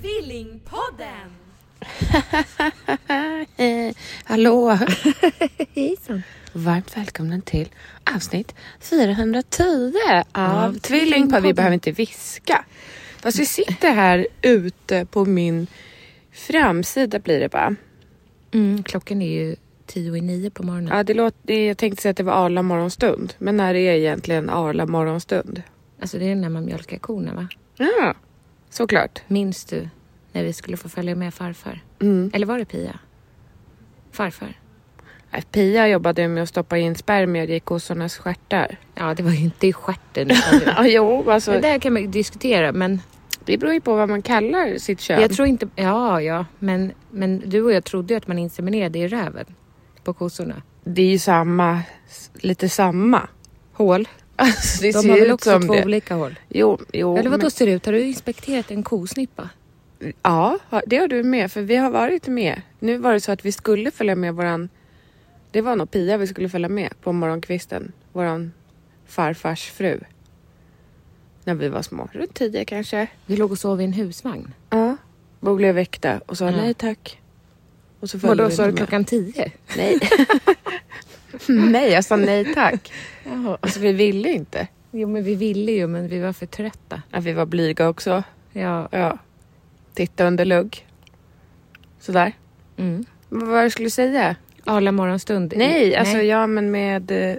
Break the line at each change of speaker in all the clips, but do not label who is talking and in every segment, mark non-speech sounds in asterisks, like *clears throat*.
Tvillingpodden!
Eh, *laughs* hallå!
*laughs* Hejsan.
Varmt välkomna till avsnitt 410 av Tvillingpodden. Vi
Tvillingpodden.
behöver inte viska. Fast vi sitter här ute på min framsida blir det bara.
Mm, klockan är ju tio i nio på morgonen.
Ja, det låter, det- jag tänkte säga att det var Arla morgonstund. Men när är egentligen Arla morgonstund?
Alltså det är när man mjölkar korna va?
Ja, såklart.
Minns du när vi skulle få följa med farfar? Mm. Eller var det Pia? Farfar?
Eh, Pia jobbade med att stoppa in spermier i kossornas stjärtar.
Ja, det var ju inte i
*laughs*
stjärten. utan det var-
Ja, jo, alltså,
Det
det,
där kan man ju diskutera, men
beror ju på vad man kallar sitt kön.
jag tror inte... Ja, ja, men, men du och jag trodde ju att man inseminerade i röven på kossorna.
Det är ju samma, s- lite samma.
Hål.
Alltså, det
De
ser
har väl
ut
också
som
två
det.
olika hål?
Jo, jo.
Eller vadå
men-
ser det ut? Har du inspekterat en kosnippa?
Ja, ha- det har du med. För vi har varit med. Nu var det så att vi skulle följa med våran... Det var nog Pia vi skulle följa med på morgonkvisten. Våran farfars fru. När vi var små. Runt tio kanske.
Vi låg och sov i en husvagn.
Ja. Och blev väckta och sa
Mm.
nej tack. Och så följde
Vadå,
vi
sa du
inte med.
klockan tio?
Nej. *laughs* nej, jag sa nej tack.
*laughs* Jaha.
Alltså vi ville inte.
Jo, men vi ville ju, men vi var för trötta.
Ja, vi var blyga också.
Ja.
Ja. Titta under lugg. Sådär.
Mm.
Vad var det jag skulle säga?
Arla morgonstund.
Nej, alltså
Nej.
ja men med eh,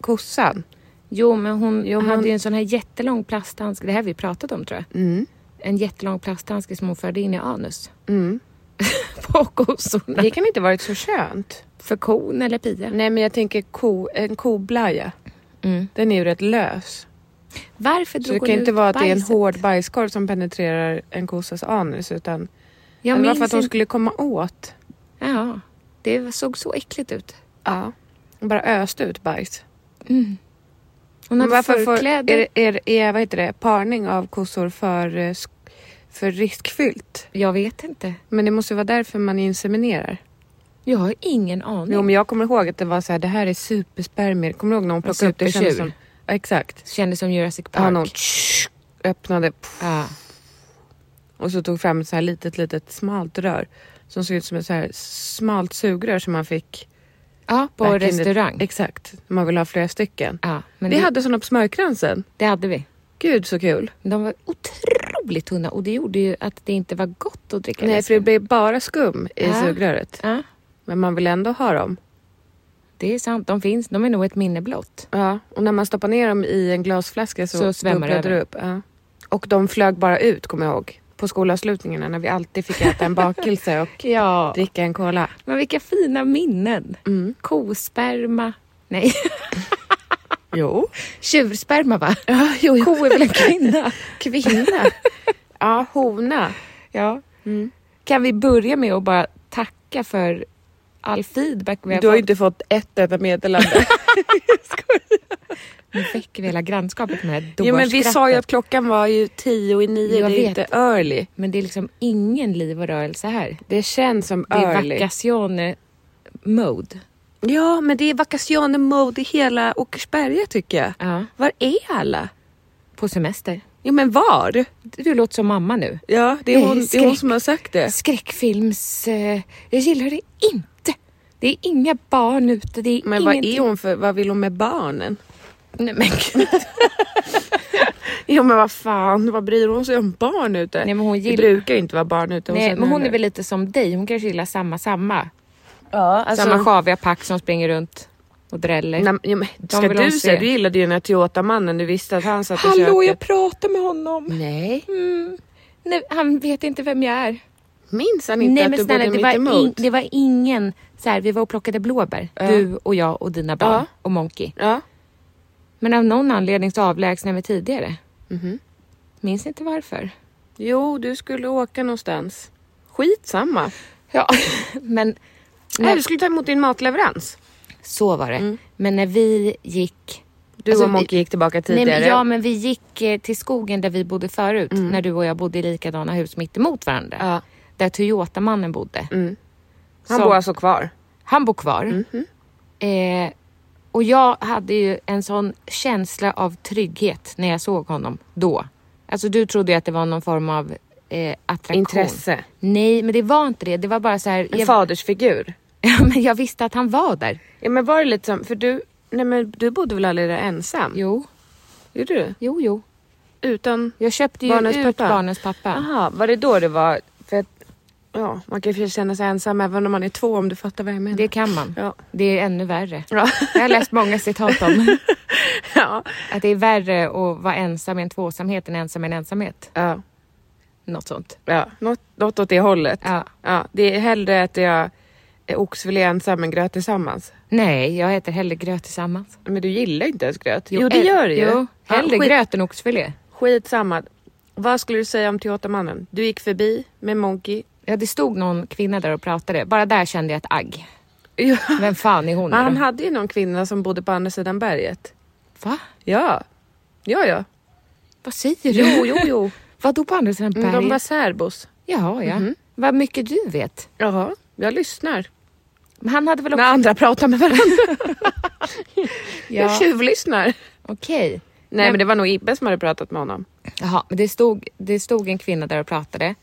kossan.
Jo, men hon
Jo, men
hade
hon-
ju en sån här jättelång plasthandske. Det här har vi pratat om, tror jag.
Mm.
En jättelång plasthandske som hon förde in i anus. *laughs*
Mm.
På kossorna.
Det kan inte varit så skönt.
För kon eller Pia.
Nej men jag tänker ko, en koblaja.
Mm.
Den är ju rätt lös.
Varför
Så det
drog hon
kan inte
ut
vara att det är en
bajset?
hård bajskorv som penetrerar en kossas anus utan
Jag
det var
minns
för att hon
inte-
skulle komma åt.
Ja, det såg så äckligt ut.
Ja. Hon bara öste ut bajs.
Hon
Men
hade
varför får, är,
förkläde.
det- är, det- är, vad heter det, parning av kossor för, eh, sk- för riskfyllt?
Jag vet inte.
Men det måste ju vara därför man inseminerar.
Jag har ingen aning.
Jo men jag kommer ihåg att det var så här, det här är superspermier. Kommer du ihåg när hon plockade upp det?
supertjur.
kändes som- Ja, exakt.
Kändes som Jurassic Park.
Han hon tsch, öppnade pff,
Ja.
och så tog fram ett så här litet, litet smalt rör. Som såg ut som ett så här smalt sugrör som man fick.
ja, på
back in the-
restaurang.
Exakt. Man ville ha flera stycken.
Ja, men
vi
det,
hade såna på smörkransen.
det hade vi.
Gud så kul.
De var otroligt tunna och det gjorde ju att det inte var gott att dricka
Nej för det
läsken.
blev bara skum i
Ja.
sugröret.
Ja,
Men man vill ändå ha dem.
det är sant. De finns. De är nog ett minne blott.
Ja, och när man stoppar ner dem i en glasflaska så,
Så svämmar det
bubblade det
över.
upp. Ja. Och de flög bara ut kommer jag ihåg. På skolavslutningarna när vi alltid fick äta en bakelse *laughs* och
Ja.
dricka en cola.
Men vilka fina minnen.
Mm.
Kosperma. Nej,
*laughs* Jo.
tjursperma va?
Ja, jo, jo.
Ko är väl en kvinna?
*laughs* Kvinna. ja, hona.
Ja.
Mm.
Kan vi börja med att bara tacka för all feedback vi har
Du har ju
fått?
inte fått ett enda meddelande.
Nu väcker vi hela grannskapet med det här
*laughs* jo, men vi sa ju
dårskrattet.
att klockan var ju tio i nio.
Jag
det är
vet.
inte early.
Men det är liksom ingen liv och rörelse här.
Det känns som
Det är
early.
vacazione mode.
Ja, men det är vacationer mode i hela Åkersberga tycker jag.
Ja.
Var är alla?
På semester.
Jo men var?
Du låter som mamma nu.
Ja, det är
Eh,
hon, det är hon
skräck.
som har sagt det.
Skräckfilms... Eh, jag gillar det inte. Det är inga barn ute. Det är
Men vad
ingenting.
är hon för, vad vill hon med barnen?
Nej,
*laughs*
men gud.
Jo men vad fan, vad bryr hon sig om barn ute?
Nej, men hon
Det
gillar-
brukar ju inte vara barn ute hos
Nej,
henne
men hon är
heller.
väl lite som dig. Hon kanske gillar samma, samma.
ja, alltså,
Samma sjaviga pack som springer runt och dräller.
Nej, ja, men, ska
vill de
du
se.
säga, du gillade ju den här Toyota-mannen, du visste att han satt i
Hallå, jag
köket.
pratar med honom.
Nej,
Mm. Nej, han vet inte vem jag är.
minns han inte
Nej,
att
men
du
snälla,
bodde
det var, in,
mittemot?
det var ingen... Så här, vi var och plockade blåbär.
Ja.
Du och jag och dina barn
Ja.
och Monkey.
Ja,
Men av någon anledning så avlägsnade vi tidigare.
Mhm.
Minns inte varför.
jo du skulle åka någonstans. Skitsamma.
Ja, *laughs* men...
Nej, du skulle ta emot din matleverans.
Så var det.
Mm.
Men när vi gick...
Du
Alltså,
och Monke gick tillbaka tidigare. Mm.
Nej, men, ja, men vi gick eh, till skogen där vi bodde förut. När du och jag bodde i likadana hus mitt emot varandra.
Ja. Mm.
Där Toyota-mannen bodde.
Han
som-
bor alltså kvar.
Han bor kvar.
Mhm.
Eh, och jag hade ju en sån känsla av trygghet när jag såg honom då. Alltså du trodde ju att det var någon form av eh, attraktion.
Intresse.
Nej, men det var inte det. Det var bara så här...
En
jag,
fadersfigur.
*laughs* Ja, men jag visste att han var där.
Ja men var det lite som, för du, nej men du bodde väl aldrig där ensam?
Jo,
Gjorde du?
jo, jo.
Utan?
Jag köpte ju
Barnens
ut
pappa.
barnens pappa.
Aha, var det då det var? För att, ja, man kan ju känna sig ensam även om man är två om du fattar vad jag menar.
Det kan man.
Ja.
Det är ännu värre.
Ja.
Jag har läst många citat
*laughs*
om
ja.
att det är värre att vara ensam i en tvåsamhet än ensam i en ensamhet.
*laughs* ja.
Något sånt.
ja. Något, något åt det hållet.
Ja.
Ja, det är hellre att jag är oxfilé ensam än gröt tillsammans.
Nej, jag äter hellre gröt tillsammans.
Men du gillar inte ens gröt. Jo, det
ä-
gör du ju.
Jo,
Ja,
hellre
skit-
gröt än oxfilé.
Skitsamma. Vad skulle du säga om teatermannen? Du gick förbi med Monkey.
Ja, det stod någon kvinna där och pratade. Bara där kände jag ett agg. Vem fan är hon?
Men *laughs* han
då?
hade ju någon kvinna som bodde på andra sidan berget.
Va?
Ja. Ja, ja.
Vad säger du?
Jo, jo, jo.
Vadå på andra sidan
Men Mm, De
berget?
var särbos.
Jaha, ja. Vad mycket du vet.
Jaha, jag lyssnar.
Men han hade väl också...
När andra pratar med varandra. Jag
*laughs* Ja. *laughs*
tjuvlyssnar. Nej,
Okej.
men det var nog Ibbe som hade pratat med honom.
Jaha, men det stod, det stod en kvinna där och pratade.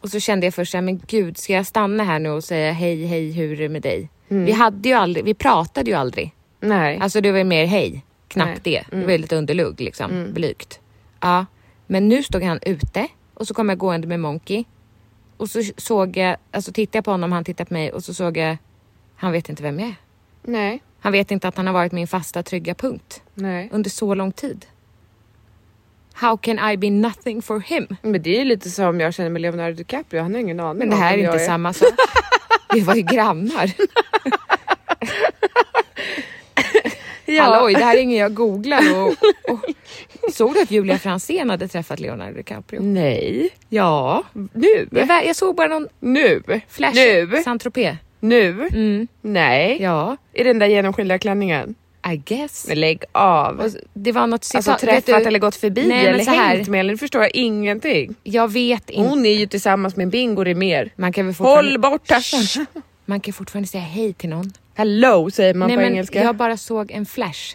Och så kände jag först såhär, men gud, ska jag stanna här nu och säga hej, hej, hur är det med dig? Vi hade ju aldrig, vi pratade ju aldrig.
Nej.
Alltså det var ju mer hej,
Nej.
knappt det. Det var ju lite underlugg liksom, blygt. Ja, men nu stod han ute och så kom jag gående med Monkey. Och så såg jag, alltså tittade jag på honom, han tittade på mig och så såg jag, han vet inte vem jag är.
Nej.
Han vet inte att han har varit min fasta trygga punkt
Nej.
under så lång tid. How can I be nothing for him?
Men det är ju lite som jag känner med Leonardo DiCaprio. Han har ingen aning
Men det
om
här är
vem jag
inte samma sak. Vi var ju grannar.
*laughs* Ja.
Halloj, det här är ingen jag googlar. Och, och. Såg du att Julia Franzén hade träffat Leonardo DiCaprio?
Nej.
Ja.
Mm. Nu?
Jag, vä- jag såg bara någon
Nu?
flash.
Nu?
Saint-Tropez. Mm.
Nu? Nej.
Ja,
I den där genomskinliga klänningen?
I guess.
Men lägg av.
Och Det var något citat.
Alltså
vet
träffat eller gått förbi
Nej, men
eller
så här.
hängt med eller nu förstår jag ingenting.
Jag vet inte.
Hon är ju tillsammans med Bingo mer.
Man kan väl fortfarande,
Håll bort tassen!
man kan fortfarande säga hej till någon.
Hello säger man
Nej,
på
men
engelska.
Jag bara såg en flash.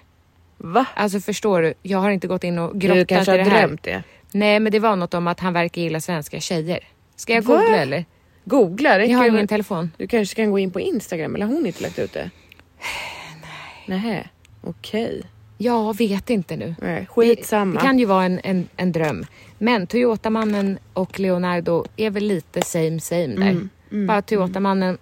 Va?
Alltså förstår du, jag har inte gått in och grottat
Du kanske
i
har
det här.
drömt det?
Nej, men det var något om att han verkar gilla svenska tjejer. Ska jag
Va?
googla eller?
Googla,
Jag har
räcker
ingen
det?
telefon.
Du kanske kan gå in på Instagram, eller har hon inte lagt ut det? *sighs* Nej. Nej. okej.
Jag vet inte nu.
Nej,
Det
Skitsamma.
kan ju vara en, en, en dröm. Men Toyotamannen och Leonardo är väl lite same same där.
Mm.
Bara Toyotamannen,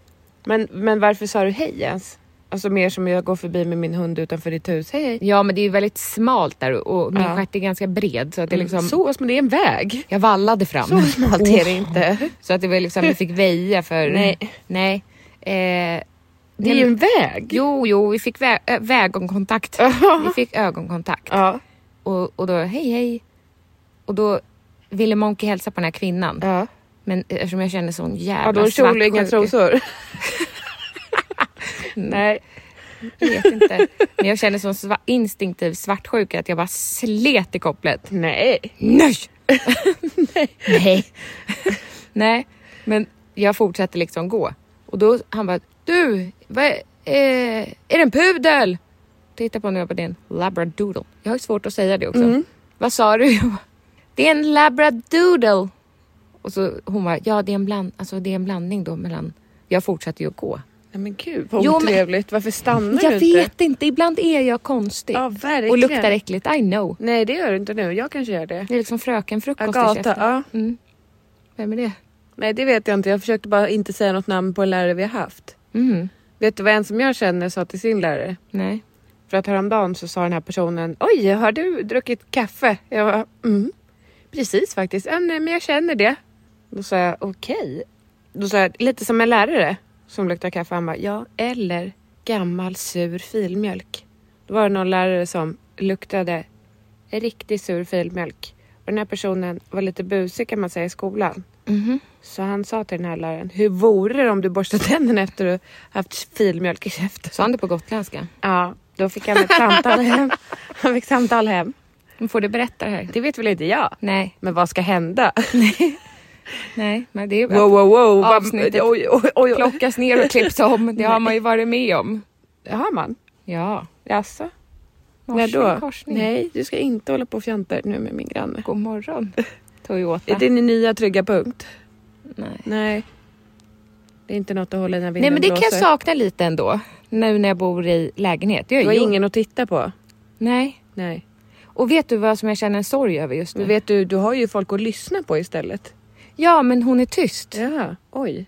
Men, men varför sa du hej ens? Alltså mer som jag går förbi med min hund utanför ditt hus. Hej hej.
ja men det är ju väldigt smalt där och, och min
Ja.
stjärt är ganska bred så att det liksom,
Mm, Så, men det är en väg.
jag vallade fram.
Så Oh, smalt är det inte.
Så att det var liksom, vi fick väja för...
*laughs* Nej.
Nej. Eh,
Det är ju en *laughs* väg.
Jo, jo, vi fick vä- ö-
*laughs*
vägonkontakt. vi fick ögonkontakt.
Ja.
Och, och då, hej hej. Och då ville Monkey hälsa på den här kvinnan.
Ja.
Men eftersom jag kände sån jävla
Ja, då är kjol och inga
svartsjuke-
trosor. Nej.
Mm. Jag vet inte. Men jag kände sån sva- instinktiv svartsjuka att jag bara slet i kopplet.
*laughs* Nej.
Nej! Nej. *laughs* Nej. Men jag fortsatte liksom gå. Och då han bara, du, vad, eh, är det en pudel? Titta på nu på din labradoodle. Jag har ju svårt att säga det också. Vad sa du? Jag bara, Det är en labradoodle. Och så hon var, ja det är en, bland, alltså, det är en blandning då mellan... Jag fortsatte ju att gå.
Nej men gud vad
Jo, men-
otrevligt. Varför stannar
Jag
du inte?
vet inte, ibland är jag konstig.
Ja, verkligen.
och luktar äckligt, I know.
Nej det gör du inte nu. Jag kanske gör det.
Det är liksom frökenfrukost i
Agata,
käften.
ja.
Mm. Vem är det?
Nej det vet jag inte. Jag försökte bara inte säga något namn på en lärare vi har haft.
Mm.
Vet du vad en som jag känner sa till sin lärare?
Nej.
För att häromdagen så sa den här personen Oj, har du druckit kaffe? Jag bara, mm, precis faktiskt. Ja, nej, men jag känner det. Då sa jag okej. Då sa jag lite som en lärare som luktar kaffe. Han bara, ja, eller gammal sur filmjölk. Då var det någon lärare som luktade riktigt sur filmjölk. Och den här personen var lite busig kan man säga i skolan.
Mm-hmm.
Så han sa till den här läraren, hur vore det om du borstade *laughs* tänderna efter att du haft filmjölk i käften?
Sa han det på gotländska?
Ja, då fick han ett samtal hem. Han fick samtal hem.
Men Får du berätta det här?
Det vet väl inte jag.
Nej,
Men vad ska hända?
nej, men det är
Wow, wow, wow. Vad-
Avsnittet.
Oj, oj, oj. oj.
plockas ner och klipps om. Det har man ju varit med om.
Det Har man?
Ja.
Jaså? När
Morsning,
då?
korsning.
Nej, du ska inte hålla på och fjantar nu med min granne.
God morgon,
Är
Toyota.
det din nya trygga punkt?
Nej.
Nej. Det är inte något att hålla när vinden
Nej, men det kan jag
blåser.
sakna lite ändå. Nu när jag bor i lägenhet. Det
Du
gör
har
ju
ingen att titta på.
Nej.
Nej.
Och vet du vad som jag känner en sorg över just nu?
Men vet du, du har ju folk att lyssna på istället.
Ja, men hon är tyst.
Ja, oj.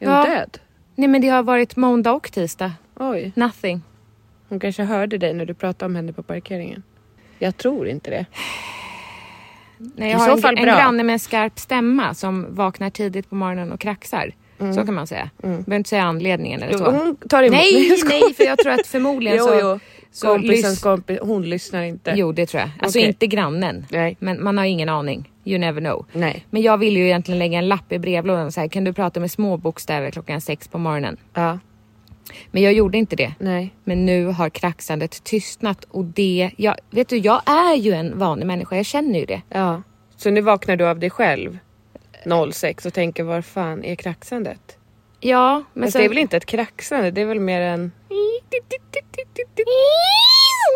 Är hon
Ja.
död?
Nej, men det har varit måndag och tisdag.
Oj.
Nothing.
Hon kanske hörde dig när du pratade om henne på parkeringen. Jag tror inte det.
Nej,
I
jag har
så
en,
fall
en
bra.
granne med en skarp stämma som vaknar tidigt på morgonen och kraxar. Så kan man säga. Behöver inte säga anledningen eller så.
Mm. Alltså, Hon tar emot
Nej,
*laughs* Jag skojar.
nej, för jag tror att förmodligen
Jo,
så...
jo.
så
Kompisens
lys-
kompis, hon lyssnar inte.
Jo, det tror jag. Alltså
Okej.
inte grannen.
Nej.
Men man har ingen aning. You never know.
Nej.
Men jag ville ju egentligen lägga en lapp i brevlådan och säga, kan du prata med små bokstäver klockan sex på morgonen?
Ja,
Men jag gjorde inte det.
nej.
Men nu har kraxandet tystnat och det, jag, vet du, jag är ju en vanlig människa, jag känner ju det.
Ja. Så nu vaknar du av dig själv 06 och tänker var fan är kraxandet?
Ja, men
Men
sen-
det är väl inte ett kraxande, det är väl mer en...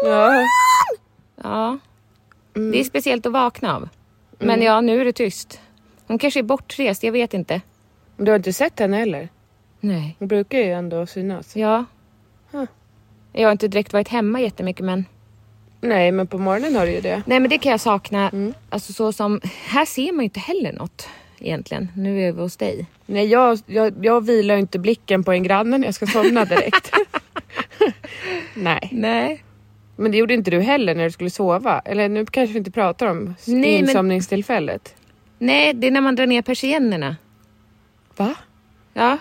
Ja.
Ja. Det är speciellt att vakna av. Men ja, nu är det tyst. Hon kanske är bortrest, jag vet inte.
Men Du har inte sett henne heller?
Nej.
Hon brukar ju ändå synas.
Ja.
Huh.
Jag har inte direkt varit hemma jättemycket men
Nej, men på morgonen har du ju det.
Nej men det kan jag sakna. Alltså så som, här ser man ju inte heller något egentligen. Nu är vi hos dig.
Nej, jag, jag, jag vilar ju inte blicken på en granne när jag ska somna direkt.
*laughs*
nej.
Nej.
Men det gjorde inte du heller när du skulle sova. Eller nu kanske vi inte pratar om
Nej, men-
insomningstillfället.
Nej, det är när man drar ner persiennerna.
Va?
Ja.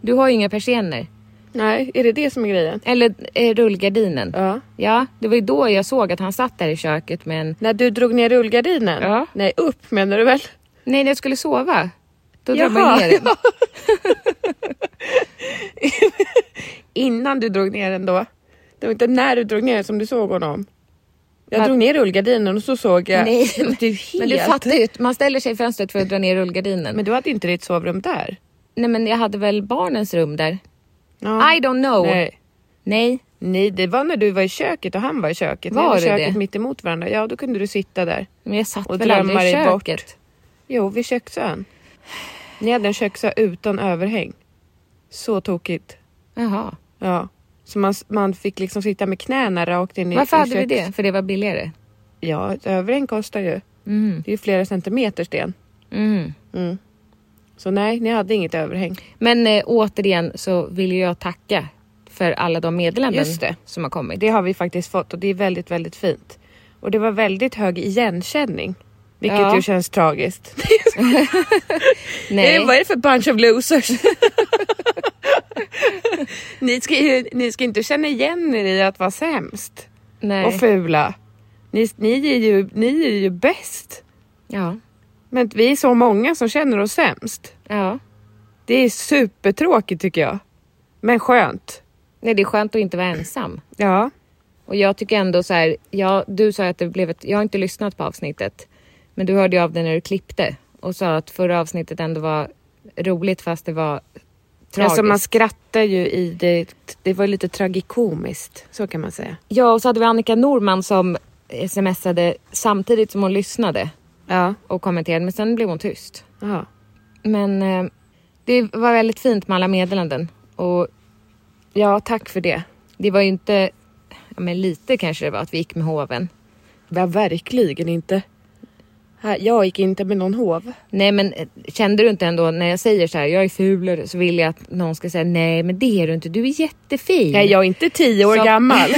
Du har ju inga persienner.
Nej, är det det som är grejen?
Eller eh, rullgardinen.
Ja.
Ja, det var ju då jag såg att han satt där i köket med en...
När du drog ner rullgardinen?
Ja.
Nej, upp menar du väl?
Nej, när jag skulle sova. Då
Jaha,
drog man
*laughs*
ner den.
Innan du drog ner den då? Det var inte när du drog ner den som du såg honom? Jag
Va?
drog ner rullgardinen och så såg jag...
Nej,
*laughs* men, det är ju
Men
helt...
du fattar ju, man ställer sig i fönstret för att dra ner rullgardinen.
Men du hade inte ditt sovrum där?
Nej, men jag hade väl barnens rum där?
Ja.
I don't know.
Nej.
Nej.
Nej, det var när du var i köket och han var i köket.
Var
vi
det
köket
det?
mitt emot varandra. Ja, då kunde du sitta där.
men jag satt
Och
väl aldrig i
drömmar är bort.
köket.
Jo, vid köksön. Ni hade en köksö utan överhäng. Så tokigt.
Jaha.
Ja. Så man, man fick liksom sitta med knäna rakt in i
Varför
i
hade vi
köks-
det? För det var billigare.
Ja, ett överhäng kostar ju.
Mm.
Det är ju flera centimeter sten.
Mm.
Så nej, ni hade inget överhäng.
Men eh, återigen så vill ju jag tacka för alla de meddelanden
Just det.
som har kommit.
Det har vi faktiskt fått och det är väldigt, väldigt fint. Och det var väldigt hög igenkänning. Vilket
Ja.
ju känns tragiskt.
Nej.
Eh, Vad är det för bunch of losers? *laughs* ni, ska ju, ni ska inte känna igen er i att vara sämst
Nej.
och fula. Ni, ni, är ju, ni är ju bäst.
Ja.
Men vi är så många som känner oss sämst.
ja.
Det är supertråkigt tycker jag. Men skönt.
Nej, det är skönt att inte vara ensam.
Ja.
Och jag tycker ändå så här, ja, du sa att det blev ett, jag har inte lyssnat på avsnittet, men du hörde ju av dig när du klippte och sa att förra avsnittet ändå var roligt fast det var tragiskt.
Alltså man skrattar ju i det. Det var lite tragikomiskt. Så kan man säga.
Ja, och så hade vi Annika Norman som smsade samtidigt som hon lyssnade
Ja.
och kommenterade. Men sen blev hon tyst.
Jaha.
Men eh, det var väldigt fint med alla meddelanden. Och ja, tack för det. Det var ju inte... Ja, men lite kanske det var att vi gick med hoven.
Ja, verkligen inte. Här, jag gick inte med någon hov.
Nej men eh, kände du inte ändå när jag säger så här, jag är fulare, så vill jag att någon ska säga nej men det är du inte, du är jättefin.
Nej, jag är inte tio år
Så-
*laughs* gammal.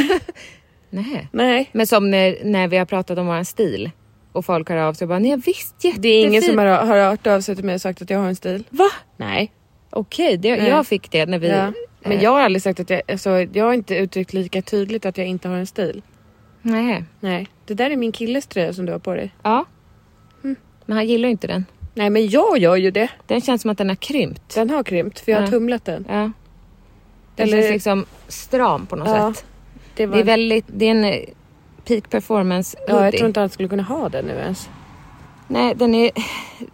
Nej.
Nej.
Men som när, när vi har pratat om våran stil och folk hör av sig och bara, nej visst jättefin.
Det är ingen som har, har hört av sig till mig och sagt att jag har en stil.
Va?
Nej.
Okej, det,
Nej.
jag fick det när vi...
Ja. Men
eh,
jag har aldrig sagt att jag... Alltså, jag har inte uttryckt lika tydligt att jag inte har en stil.
Nej.
Nej. Det där är min killes tröja som du har på dig.
Ja. Mm. Men han gillar ju inte den.
Nej, men jag gör ju det.
Den känns som att den har krympt.
Den har krympt för jag har
Ja.
tumlat den.
Ja. Den
Eller-
känns liksom stram på något
Ja,
sätt.
Det
Det är väldigt, det är en eh, peak performance
ja, jag
hoodie.
tror inte han skulle kunna ha den nu ens.
Nej, den är,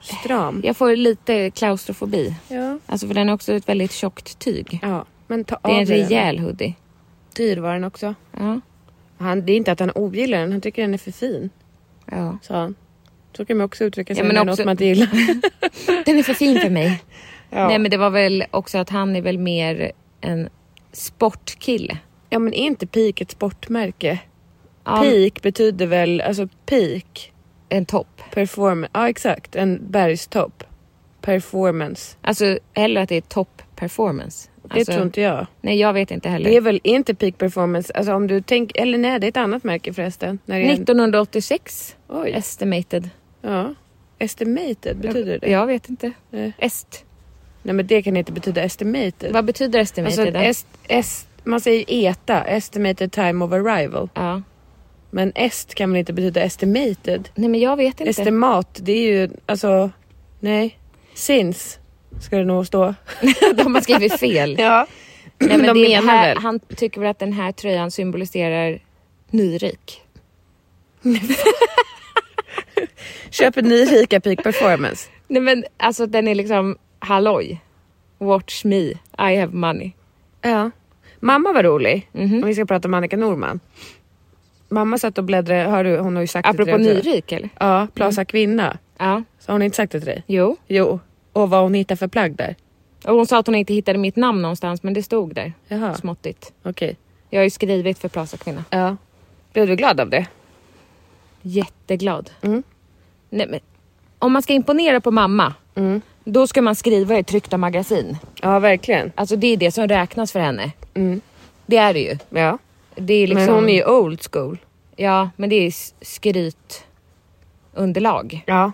Stram.
jag får lite klaustrofobi.
Ja.
Alltså för den är också ett väldigt tjockt tyg.
ja. Men ta
Det är en
av dig den.
rejäl hoodie.
Dyr var den också.
Ja.
Han, det är inte att han ogillar den, han tycker den är för fin.
ja.
Sa han. Så kan man också uttrycka sig
Ja, men
om det är
också-
något man inte gillar.
Den är för fin för mig.
*laughs* Ja.
Nej men det var väl också att han är väl mer en sportkille.
ja men är inte peak ett sportmärke?
Ja,
Peak betyder väl, alltså peak,
En topp.
performance, ja exakt, en bergstopp. Performance.
Alltså eller att det är topp performance.
Det
Alltså,
tror inte jag.
Nej jag vet inte heller.
Det är väl är inte peak performance, alltså om du tänker, eller nej det är ett annat märke förresten. När det är en,
1986
oj,
estimated.
ja. Estimated, betyder det?
Jag vet inte.
Nej.
Est.
Nej men det kan inte betyda estimated.
Vad betyder estimated?
Alltså,
då?
est, est, man säger ETA, estimated time of arrival.
ja.
Men est kan väl inte betyda estimated?
Nej men jag vet inte.
Estimat, det är ju alltså... Nej. Since ska det nog stå.
*laughs* De har skrivit fel.
Ja.
Nej, men
De
det är
menar
här,
väl?
Han tycker väl att den här tröjan symboliserar nyrik.
Köp en ny Rika Peak Performance.
Nej men alltså den är liksom halloj. Watch me, I have money. Mhm.
Ja. Mm. Mamma var rolig. Om vi ska prata om Annika Norman. Mamma satt och bläddrade, hör du, hon har ju sagt det
Apropå
till dig också.
nyrik eller?
Ja, Plaza kvinna.
Ja.
Så har hon inte sagt det till dig?
Jo.
Jo. Och vad hon hittar för plagg där.
Och hon sa att hon inte hittade mitt namn någonstans men det stod där.
Jaha.
Småttigt.
Okej.
Jag har ju skrivit för Plaza Kvinna.
Ja. Blev du glad av det? Mm.
Jätteglad. Nej, men, om man ska imponera på mamma,
Mm.
då ska man skriva i tryckta magasin.
Ja, verkligen.
Alltså det är det som räknas för henne.
Mm.
Det är det ju.
Ja.
Det är liksom,
Men hon är ju old school.
Ja, men det är s- skrytunderlag.
Ja.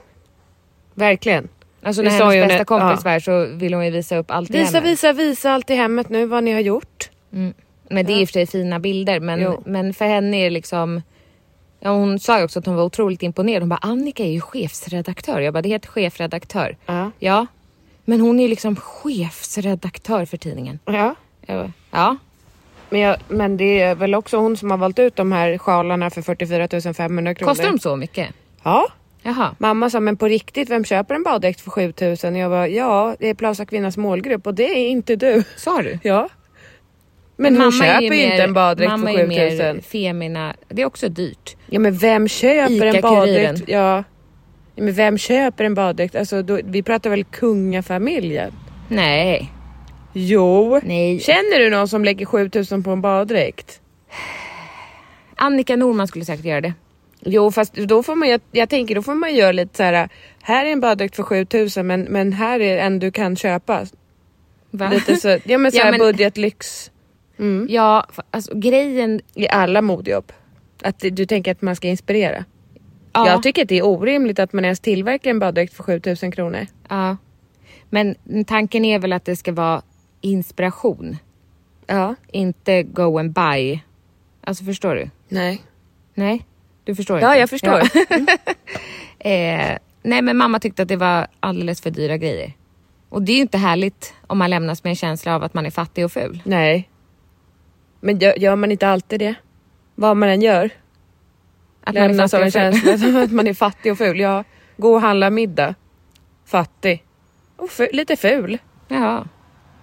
Verkligen.
Alltså
Det
när
sa ju
hennes bästa
när-
kompis
ja.
var här så ville hon ju visa upp allt i
Visa,
hemmet.
visa, visa allt i hemmet nu vad ni har gjort.
Men det är i och för sig fina bilder. Men,
Jo.
men för henne är det liksom... Ja, hon sa ju också att hon var otroligt imponerad. Hon bara, Annika är ju chefsredaktör. Jag bara, det heter chefredaktör.
Ja.
ja. Men hon är ju liksom chefsredaktör för tidningen.
Ja.
Jag bara, ja.
Men, jag, men det är väl också hon som har valt ut de här sjalarna för 44 500 kronor.
Kostar de så mycket?
Ja.
Jaha.
Mamma sa, men på riktigt, vem köper en baddräkt för 7000? Jag bara, ja, det är Plaza Kvinnas målgrupp och det är inte du. *laughs*
Sa du?
Ja. Men, hon
är
köper ju
mer-
inte en baddräkt
mamma
för
är ju mer
7000.
femina. Det är också dyrt.
Ja, men vem köper
Ica-kuriren.
en baddräkt? Ja. ja. Men vem köper en baddräkt? Alltså, då, vi pratar väl kungafamiljen?
Nej.
Jo.
Nej.
Känner du någon som lägger 7000 på en baddräkt?
Annika Norman skulle säkert göra det.
Jo, fast då får man, jag, jag tänker då får man göra lite så här. Här är en baddräkt för 7000 men, men här är en du kan köpa.
Va?
Lite så, ja men så
Ja,
här
men-
budgetlyx
Ja, fa- alltså grejen...
i alla modejobb. Att det- du tänker att man ska inspirera.
Ja.
Jag tycker att det är orimligt att man ens tillverkar en baddräkt för 7000 kronor.
Ja. Men tanken är väl att det ska vara inspiration,
Ja.
inte go and buy. Alltså förstår du?
Nej.
Nej, du förstår
Ja,
inte?
jag förstår.
Ja. Eh, nej, men mamma tyckte att det var alldeles för dyra grejer. Och det är ju inte härligt om man lämnas med en känsla av att man är fattig och ful.
Nej. Men gör, gör man inte alltid det? Vad man än gör.
Att man är
Lämnas
fattig
av en
och ful.
känsla som att man är fattig och ful. Ja, gå och handla middag. Fattig. Och ful, lite ful.
Ja.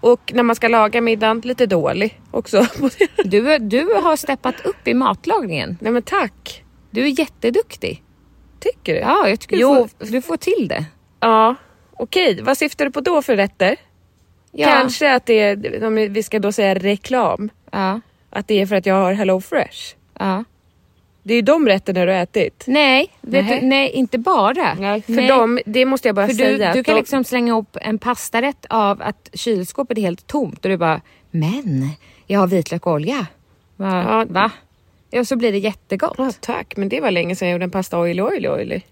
Och när man ska laga middagen, lite dålig också. *laughs*
Du, du har steppat upp i matlagningen.
Nej men tack!
Du är jätteduktig.
Tycker du?
Ja, jag tycker du
Jo.
får, du får till det.
Ja, okej. Vad syftar du på då för rätter?
Ja.
Kanske att det är, om vi ska då säga reklam,
Ja.
att det är för att jag har Hello Fresh.
ja.
Det är ju de rätterna du har ätit.
Nej, vet
Nej.
du, nej, inte bara.
För dem, det måste jag bara
För
säga.
du, du
att
kan
de,
liksom slänga upp en pastarätt av att kylskåpet är helt tomt och du bara, men jag har vitlök och olja. Va?
Ja.
Ja. Va? Ja, så blir det jättegott.
Ja, tack, men det var länge sedan jag gjorde en pasta oily oily oily.
Liksom.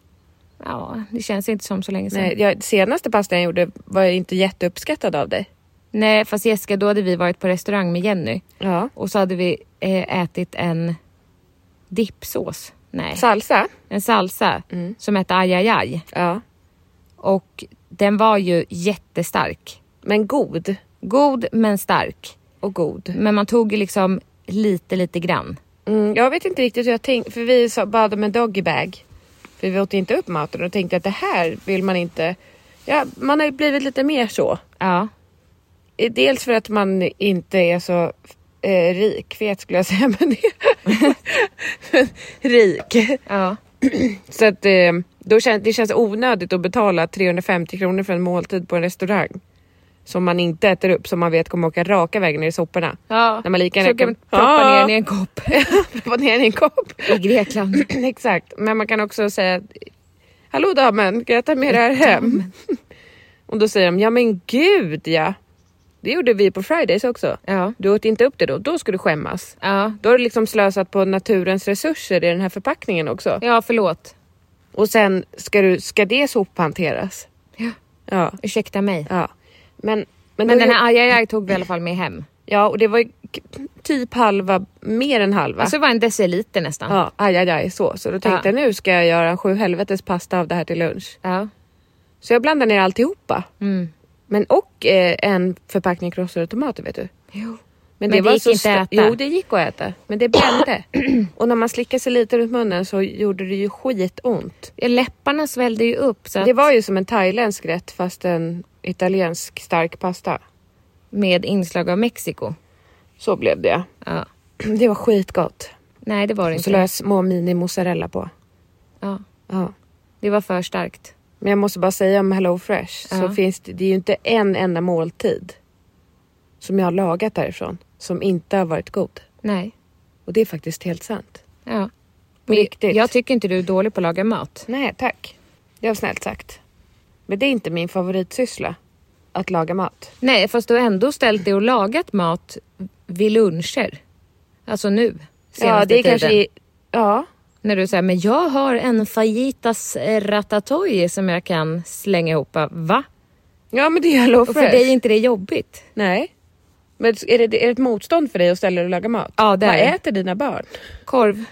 Ja, det känns inte som så länge sedan.
Nej,
Nej,
jag, senaste pastan jag gjorde var jag inte jätteuppskattad av dig.
fast Jessica, då hade vi varit på restaurang med Jenny
Ja.
och så hade vi eh, ätit en dippsås. Nej,
Salsa?
en salsa som hette ajajaj
Ja.
och den var ju jättestark.
Men god
God men stark.
och god.
Men man tog ju liksom lite, lite grann.
Mm, jag vet inte riktigt hur jag tänkte, för vi sa, bad om en doggybag. För vi åt inte upp maten och tänkte att det här vill man inte. Ja, man har ju blivit lite mer så.
Ja.
Eh, Dels för att man inte är så eh, rikfet skulle jag säga. *laughs* Men *laughs* rik.
ja.
Så att eh, då kän- det känns onödigt att betala 350 kronor för en måltid på en restaurang. Som man inte äter upp, som man vet kommer åka raka vägen ner i soporna.
Ja.
När man lika gärna
så kan man
kan
proppa
Ja.
ner den i en kopp
Proppa ner den i en kopp.
i Grekland.
*clears throat* Exakt, men man kan också säga Hallå damen, kan jag ta med det här
*laughs*
hem? Och då säger de, ja men gud ja. Det gjorde vi på Fridays också.
Ja.
Du åt inte upp det då, då ska du skämmas.
Ja.
Då har du liksom slösat på naturens resurser i den här förpackningen också.
Ja, förlåt.
Och sen ska, du, ska det sophanteras.
Ja.
Ja.
Ursäkta mig.
ja. Men, men,
Men
då-
den här ajajaj tog vi i alla fall med hem.
Ja, och det var ju k- typ halva, mer än halva.
Alltså det var en deciliter nästan.
ja, aj, aj, aj, så. Så då tänkte
Ja.
jag nu ska jag göra en sju helvetes pasta av det här till lunch.
Ja.
Så jag blandar ner alltihopa.
Mm.
Men och eh, en förpackning krossade tomater vet du.
Jo.
Men,
det gick
så
inte
sta-
att äta.
Jo det gick att äta. Men
*clears throat*
det brände. och när man slickade sig lite runt munnen så gjorde det ju skitont.
Läpparna svällde ju upp så att,
Det var ju som en thailändsk rätt fast en italiensk stark pasta.
med inslag av Mexiko.
Så blev det.
Ja.
*clears throat* Det var skitgott.
Nej, det var det
Och så
inte.
la jag små mini mozzarella på.
Ja.
Ja.
Det var för starkt.
Men jag måste bara säga om Hello Fresh så
Ja.
finns det, det är ju inte en enda måltid som jag har lagat därifrån som inte har varit god.
Nej.
Och det är faktiskt helt sant.
Ja.
På riktigt.
Jag tycker inte du är dålig på att laga mat.
Nej, tack. Det var snällt sagt. Men det är inte min favoritsyssla. Att laga mat.
Nej, fast du har ändå ställt dig och lagat mat vid luncher. Alltså nu. Senaste
ja, det är
tiden.
kanske... i- Ja.
När du säger, men jag har en fajitas eh, ratatouille som jag kan slänga ihop. Va?
ja, men det är Hello
Och
Fresh.
för dig är inte det jobbigt?
Nej. Men är det, är det ett motstånd för dig att ställa dig och laga mat?
Ja, det
Vad
är det.
äter dina barn?
Korv.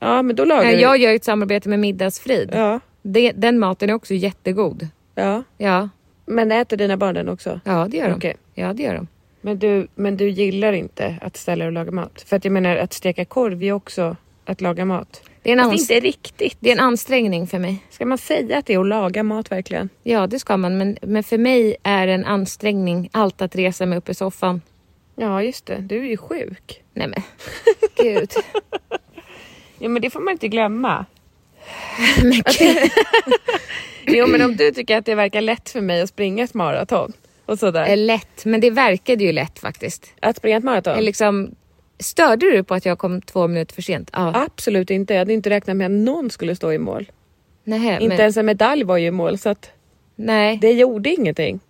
Ja, men då lagar
Nej,
du...
jag gör ju ett samarbete med Middagsfrid.
Ja,
Det, den maten är också jättegod.
ja.
Ja,
Men äter dina barn den också?
ja det gör de.
Okej.
Ja, det gör de.
Men du, men du gillar inte att ställa dig och laga mat? För att jag menar, att steka korv är ju också att laga mat.
Det är, en
Fast
ans-
inte riktigt.
det är en ansträngning för mig.
Ska man säga att det är att laga mat verkligen?
Ja, det ska man. Men, men för mig är en ansträngning allt att resa mig upp i soffan.
Ja, just det. Du är ju sjuk.
Nej
*laughs*
men, gud.
Ja men det får man inte glömma. jo men om du tycker att det verkar lätt för mig att springa ett maraton och
Eh,
sådär.
Lätt, men det verkade ju lätt faktiskt.
Att springa ett maraton?
Eh, Liksom, störde du på att jag kom två minuter för sent? Ja.
Absolut inte. Jag hade inte räknat med att någon skulle stå i mål.
Nej,
Inte ens en medalj var ju i mål så att
Nej.
det gjorde ingenting.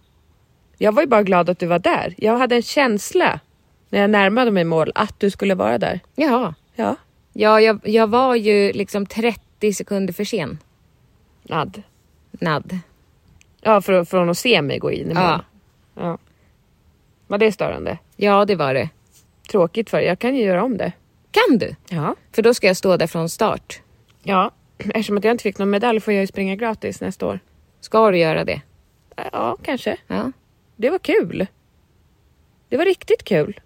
Jag var ju bara glad att du var där. Jag hade en känsla när jag närmade mig mål att du skulle vara där.
Jaha.
Ja.
Ja, jag, jag var ju liksom 30 sekunder för sen.
Nad.
Nad.
Ja, för, från att se mig gå in i mål.
Ja.
ja. Var det störande?
ja, det var det.
Tråkigt för dig. Jag kan ju göra om det.
Kan du?
Ja.
För då ska jag stå där från start.
Ja, eftersom att jag inte fick någon medalj får jag ju springa gratis nästa år.
Ska du göra det?
Ja, kanske.
Ja.
Det var kul. Det var riktigt kul.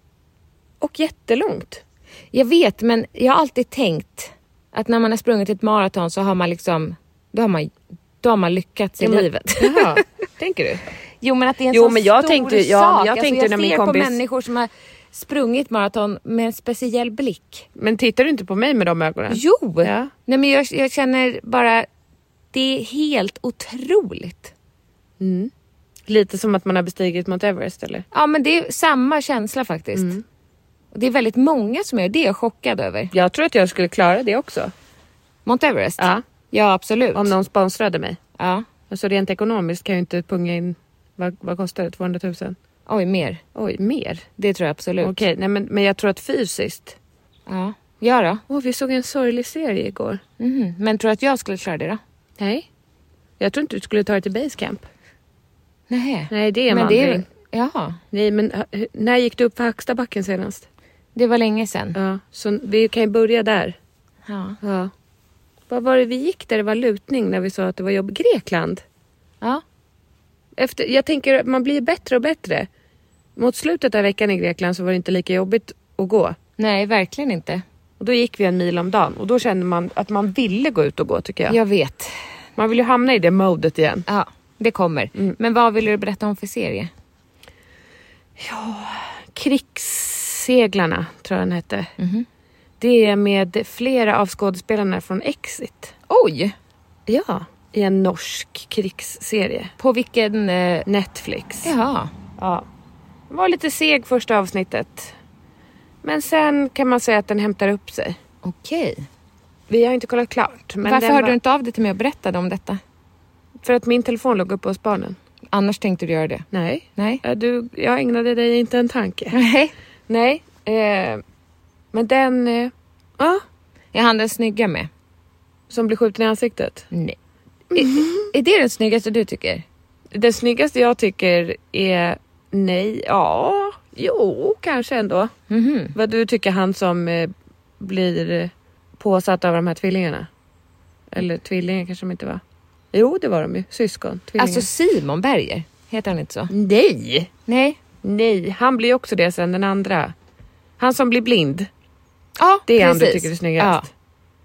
Och jättelångt.
Jag vet, men jag har alltid tänkt att när man har sprungit ett maraton så har man liksom, då har man, då har man lyckats i
men-
livet. *laughs*
Jaha, tänker du?
Jo men att det är en
Jo,
sån
men jag
stor
tänkte- ja,
sak. Alltså,
men jag tänkte
jag
när min
ser på
kompis-
människor som har sprungit maraton med en speciell blick.
Men tittar du inte på mig med de ögonen?
Jo!
Ja.
Nej men jag, jag känner bara, det är helt otroligt.
Lite som att man har bestigit Mount Everest eller?
Ja men det är samma känsla faktiskt.
Mm.
Och det är väldigt många som gör det, jag är chockad över.
Jag tror att jag skulle klara det också.
Mount Everest?
Ja.
Ja absolut.
Om någon sponsrade mig.
Ja.
Alltså rent ekonomiskt kan jag ju inte punga in, vad, vad kostar det? 200 000?
Oj, mer.
Oj, mer?
Det tror jag absolut.
Okej, nej men, men jag tror att fysiskt.
Ja. ja då.
Åh, vi såg en sorglig serie igår.
Mhm. Men tror du att jag skulle klara det då?
Nej. Jag tror inte du skulle ta dig till basecamp.
Nej.
Nej, det är en
men det är,
vandring.
Ja,
Nej, men äh, hur- när gick du upp för Hackstabacken senast?
det var länge sedan.
Ja, så vi kan ju börja där.
Ja.
Ja. Vad var det vi gick där det var lutning när vi sa att det var jobb? Grekland?
ja.
Efter, jag tänker att man blir bättre och bättre. Mot slutet av veckan i Grekland så var det inte lika jobbigt att gå.
Nej, verkligen inte.
Och då gick vi en mil om dagen och då kände man att man ville gå ut och gå tycker jag.
Jag vet.
Man vill ju hamna i det modet igen.
Ja, det kommer.
Mm.
Men vad vill du berätta om för serie?
Krigsseglarna tror jag den hette. Det är med flera av skådespelarna från Exit.
Oj!
Ja. I en norsk krigsserie.
På vilken... Eh...
Netflix.
Jaha.
Ja. Den var lite seg första avsnittet. Men sen kan man säga att den hämtar upp sig.
Okej.
Vi har inte kollat klart. Men
Varför
den
hörde
var-
du inte av dig till mig och berättade om detta?
För att min telefon låg uppe hos barnen.
Annars tänkte du göra det.
Nej.
Nej.
Eh, Du, jag ägnade dig inte en tanke.
Nej.
Nej. Eh, men den... Eh, ja.
Är han den snygga med?
Som blir skjuten i ansiktet.
Nej. Är, är det den snyggaste du tycker?
Den snyggaste jag tycker är... Nej. Ja. Jo, kanske ändå.
Mhm.
Vad du tycker han som eh, blir eh, påsatt av de här tvillingarna? Eller tvillingar kanske de inte var. Jo, det var de ju. Syskon. Tvillingar.
Alltså Simon Berger, heter han inte så?
nej!
Nej.
Nej, han blir ju också det sen den andra. Han som blir blind.
Ja,
Det är han
precis.
du tycker är snyggast.
Ja.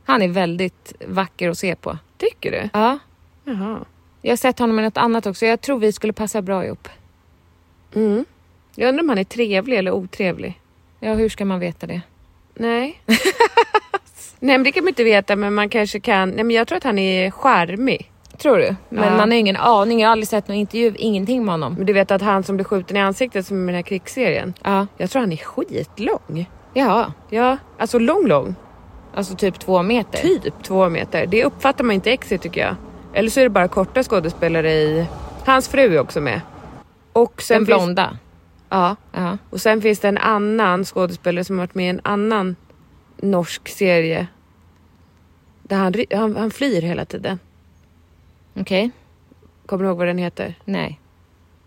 Han är väldigt vacker att se på.
Tycker du?
Ja.
Jaha.
Jag har sett honom i något annat också. Jag tror vi skulle passa bra ihop.
Mm. Jag undrar om han är trevlig eller otrevlig.
Ja, hur ska man veta det? *laughs*
Nej. nej, men det kan man inte veta, men man kanske kan. Nej, men jag tror att han är charmig.
Tror du? Men
Ja. Mm.
man har ju ingen aning. Jag har aldrig sett någon intervju, ingenting med honom.
Men du vet att han som blir skjuten i ansiktet som i den här krigsserien.
Ja.
Jag tror han är skitlång.
Ja.
Ja, alltså lång, lång.
Alltså typ två meter.
Typ två meter. Det uppfattar man inte i Exit tycker jag. Eller så är det bara korta skådespelare i... Hans fru är också med. Och sen
Den
Finns...
blonda.
Ja.
Ja.
Och sen finns det en annan skådespelare som har varit med i en annan norsk serie. Där han, ry- han, han flyr hela tiden.
Okej.
Kommer du ihåg vad den heter?
Nej.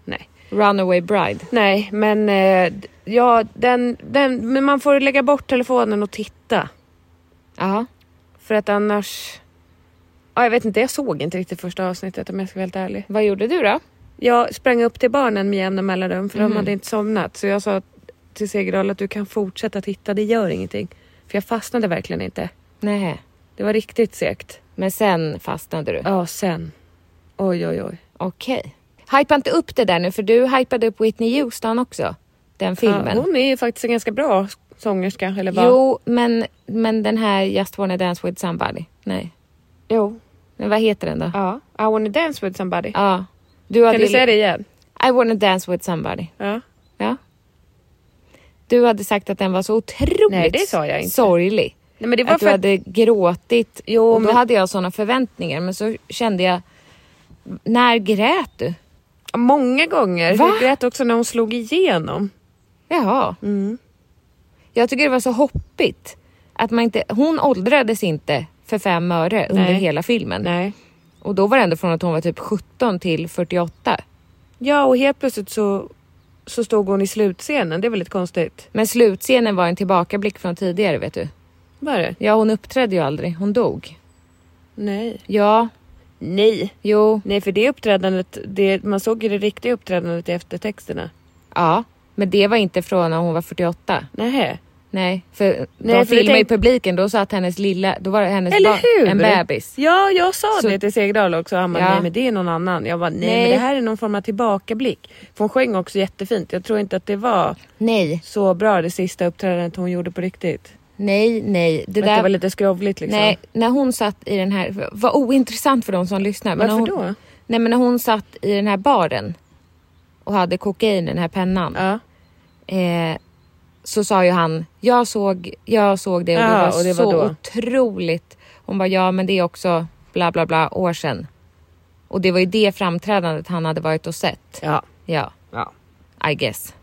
Nej.
Runaway bride.
Nej, men eh, d- ja, den, den... Men man får lägga bort telefonen och titta.
Ja.
För att annars... Ja, jag vet inte, jag såg inte riktigt första avsnittet om jag ska vara helt ärlig.
Vad gjorde du då?
Jag sprang upp till barnen med jämna mellanrum för
Mm.
de hade inte somnat. Så jag sa till Segerdahl att du kan fortsätta titta, det gör ingenting. För jag fastnade verkligen inte.
Nej.
Det var riktigt segt.
Men sen fastnade du.
Ja, sen. Oj, oj, oj.
Okej. Hypa inte upp det där nu, för du hypade upp Whitney Houston också. Den filmen.
Ja, hon är ju faktiskt en ganska bra sångerska, eller vad?
Jo, men, men den här Just wanna dance with somebody. Nej.
jo.
Men vad heter den då? Ja.
Ja. I wanna dance with somebody.
Du hade
Kan du säga det igen?
I wanna dance with somebody.
Ja.
Ja. Du hade sagt att den var så otroligt
Nej, det sa jag inte.
sorglig.
Nej, men det var
att du
för att-
hade gråtit.
Jo,
och då
men-
hade jag sådana förväntningar, men så kände jag... När grät du?
Många gånger.
Va?
Jag grät också när hon slog igenom.
Jaha.
Mm.
Jag tycker det var så hoppigt. Att man inte, hon åldrades inte för fem öre under
Nej.
hela filmen.
Nej.
Och då var det ändå från att hon var typ 17 till 48.
Ja, och helt plötsligt så, så stod hon i slutscenen. Det är väldigt konstigt.
Men slutscenen var en tillbakablick från tidigare vet du.
Vad är det?
Ja hon uppträdde ju aldrig, hon dog.
Nej.
Ja,
Nej.
jo,
Nej, för det uppträdandet, det, man såg ju det riktiga uppträdandet i eftertexterna.
ja. Men det var inte från när hon var 48.
Nähä.
Nej, för
Nej,
de
för jag
filmade ju
tänk-
publiken, då satt hennes lilla, då var det hennes
Eller
barn,
hur?
en bebis.
Ja, jag sa
Så-
det till Segdahl också. Han bara,
Ja.
nej men det är någon annan. Jag bara, nej,
Nej.
men det här är någon form av tillbakablick. För hon sjöng också jättefint. Jag tror inte att det var
Nej,
så bra det sista uppträdandet hon gjorde på riktigt.
nej, nej.
Det, att det var lite skrovligt liksom.
Nej, när hon satt i den här, vad ointressant för de som lyssnar.
Varför
när hon,
då?
Nej men när hon satt i den här baren och hade kokain i den här pennan.
Ja.
Eh, så sa ju han, jag såg, jag såg det och, det,
Ja,
var
och det var
så
då.
otroligt. Hon bara, ja men det är också bla bla bla år sedan. Och det var ju det framträdandet han hade varit och sett.
Ja.
Ja,
Ja.
I guess.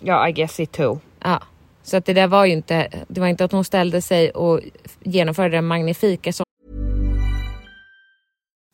ja, I guess it too.
Ja. Så att det där var ju inte, det var inte att hon ställde sig och genomförde den magnifika som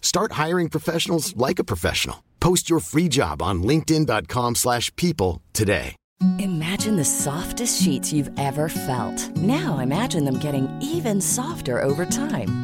Start hiring professionals like a professional. Post your free job on linkedin.com/people slash people today.
Imagine the softest sheets you've ever felt. Now imagine them getting even softer over time.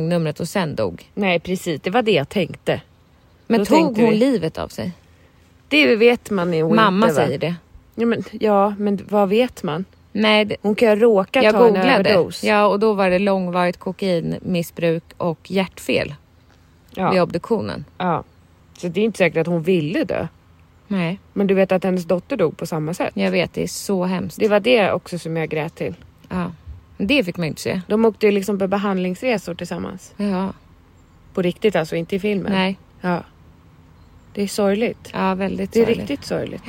numret och sen dog.
Nej, precis. Det var det jag tänkte.
Men
Då
tog
tänkte
hon
vi-
livet av sig?
Det vet man ju
Mamma
inte, va?
säger det.
Ja men, ja, men vad vet man?
Nej, det,
Hon kan ju ha råkat
jag
ta en
googlade.
överdos.
Ja, och då var det långvarigt kokainmissbruk och hjärtfel vid
Ja.
obduktionen.
ja. Så det är inte säkert att hon ville dö.
Nej,
Men du vet att hennes dotter dog på samma sätt.
jag vet. Det är så hemskt.
Det var det också som jag grät till.
Ja. Men Det fick man ju inte se.
De åkte ju liksom på behandlingsresor tillsammans.
Ja,
På riktigt alltså, inte i filmen.
nej.
Ja. Det är sorgligt.
Ja, väldigt
Det är
sorgligt.
riktigt sorgligt.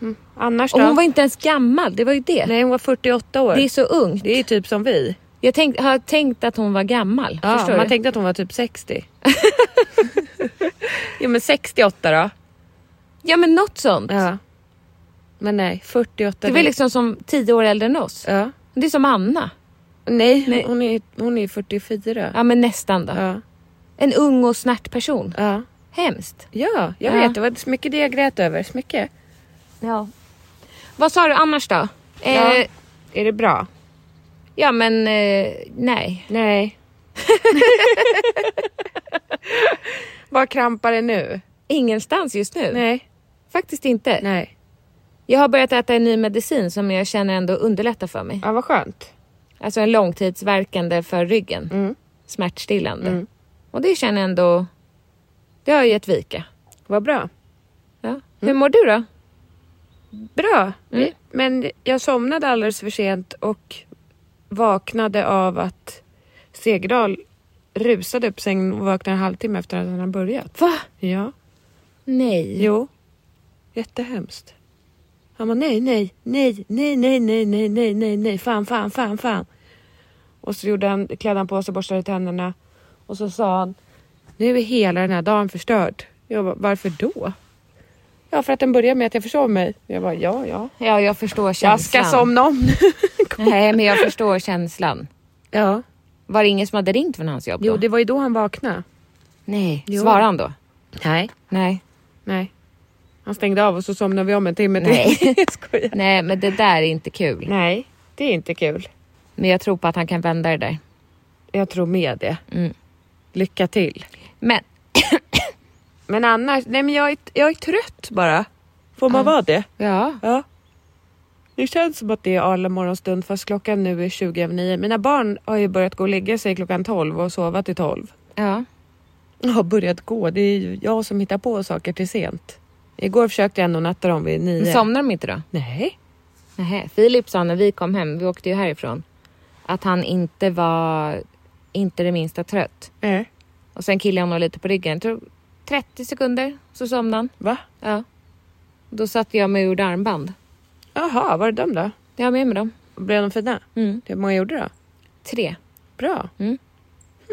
Mm. Annars
Och
då?
hon var inte ens gammal. Det var ju det.
Nej, hon var 48 år.
Det är så ungt.
Det är ju typ som vi.
Jag tänkt, har tänkt att hon var gammal.
Ja,
Förstår
man
du?
tänkte att hon var
*laughs*
typ 60. *laughs* jo men 68 då.
Ja, men något sånt.
Ja. Men nej, 48.
Det var liksom som tio år äldre än oss.
Ja.
Det är som Anna.
Nej,
Nej.
Hon, är, hon är 44.
Ja, men nästan då.
Ja.
En ung och snärt person.
Ja.
Hemskt.
Ja, jag
Ja.
vet. Det var så mycket det jag grät över. Så mycket.
Ja. Vad sa du annars då?
Ja.
Eh,
Är det bra?
Ja men eh, nej.
Nej. *laughs* Vad krampar det nu?
Ingenstans just nu.
Nej.
Faktiskt inte.
Nej.
Jag har börjat äta en ny medicin som jag känner ändå underlättar för mig.
Ja, vad skönt.
Alltså en långtidsverkande för ryggen.
Mm.
Smärtstillande. Och det känner jag ändå, det har jag gett vika.
Vad bra.
Ja.
Mm.
Hur mår du då?
Bra. Men jag somnade alldeles för sent och vaknade av att Segerdal rusade upp sängen och vaknade en halvtimme efter att han hade börjat.
Va?
Ja.
Nej.
Jo. Jättehemskt. Han bara nej, nej, nej, nej, nej, nej, nej, nej, nej, nej, fan, fan, fan, fan. Och så gjorde han, klädde han på sig, borstade tänderna och så sa han nu är hela den här dagen förstörd. Jag bara, varför då? Ja, för att den börjar med att jag försov mig. Jag bara, ja, ja.
Ja jag förstår
Jag ska
känslan.
somna om nu.
*laughs*
*laughs*
Nej men jag förstår känslan.
Ja.
Var det ingen som hade ringt från hans jobb då?
Jo, det var ju då han vaknade.
Nej.
Jo.
Svarade han då?
Nej.
Nej.
Nej. Han stängde av och så somnade vi om en timme till.
Nej.
*laughs* Jag skojar.
Nej men det där är inte kul.
Nej, det är inte kul.
Men jag tror på att han kan vända det där.
Jag tror med det.
Mm.
Lycka till.
Men
Men annars, nej men jag är, jag är trött bara. Får man vara det?
ja,
Ja. Det känns som att det är alla morgonstund fast klockan nu är 20 över 9. Mina barn har ju börjat gå och lägga sig klockan 12 och sova till 12.
ja.
Jag har börjat gå, det är ju jag som hittar på saker till sent. Igår försökte jag ändå natta dem vid
Men
9.
somnar de inte då?
Nej.
Nähä. Filip sa när vi kom hem, vi åkte ju härifrån, att han inte var inte det minsta trött.
Nej.
Och sen killade jag honom lite på ryggen. Jag tror 30 sekunder så somnade han.
Va?
Ja. Då satte jag mig och gjorde armband.
Jaha, var det dem då?
Jag har med mig dem.
Blev de fina?
Mm.
Det många gjorde då?
Tre.
Bra. Mm.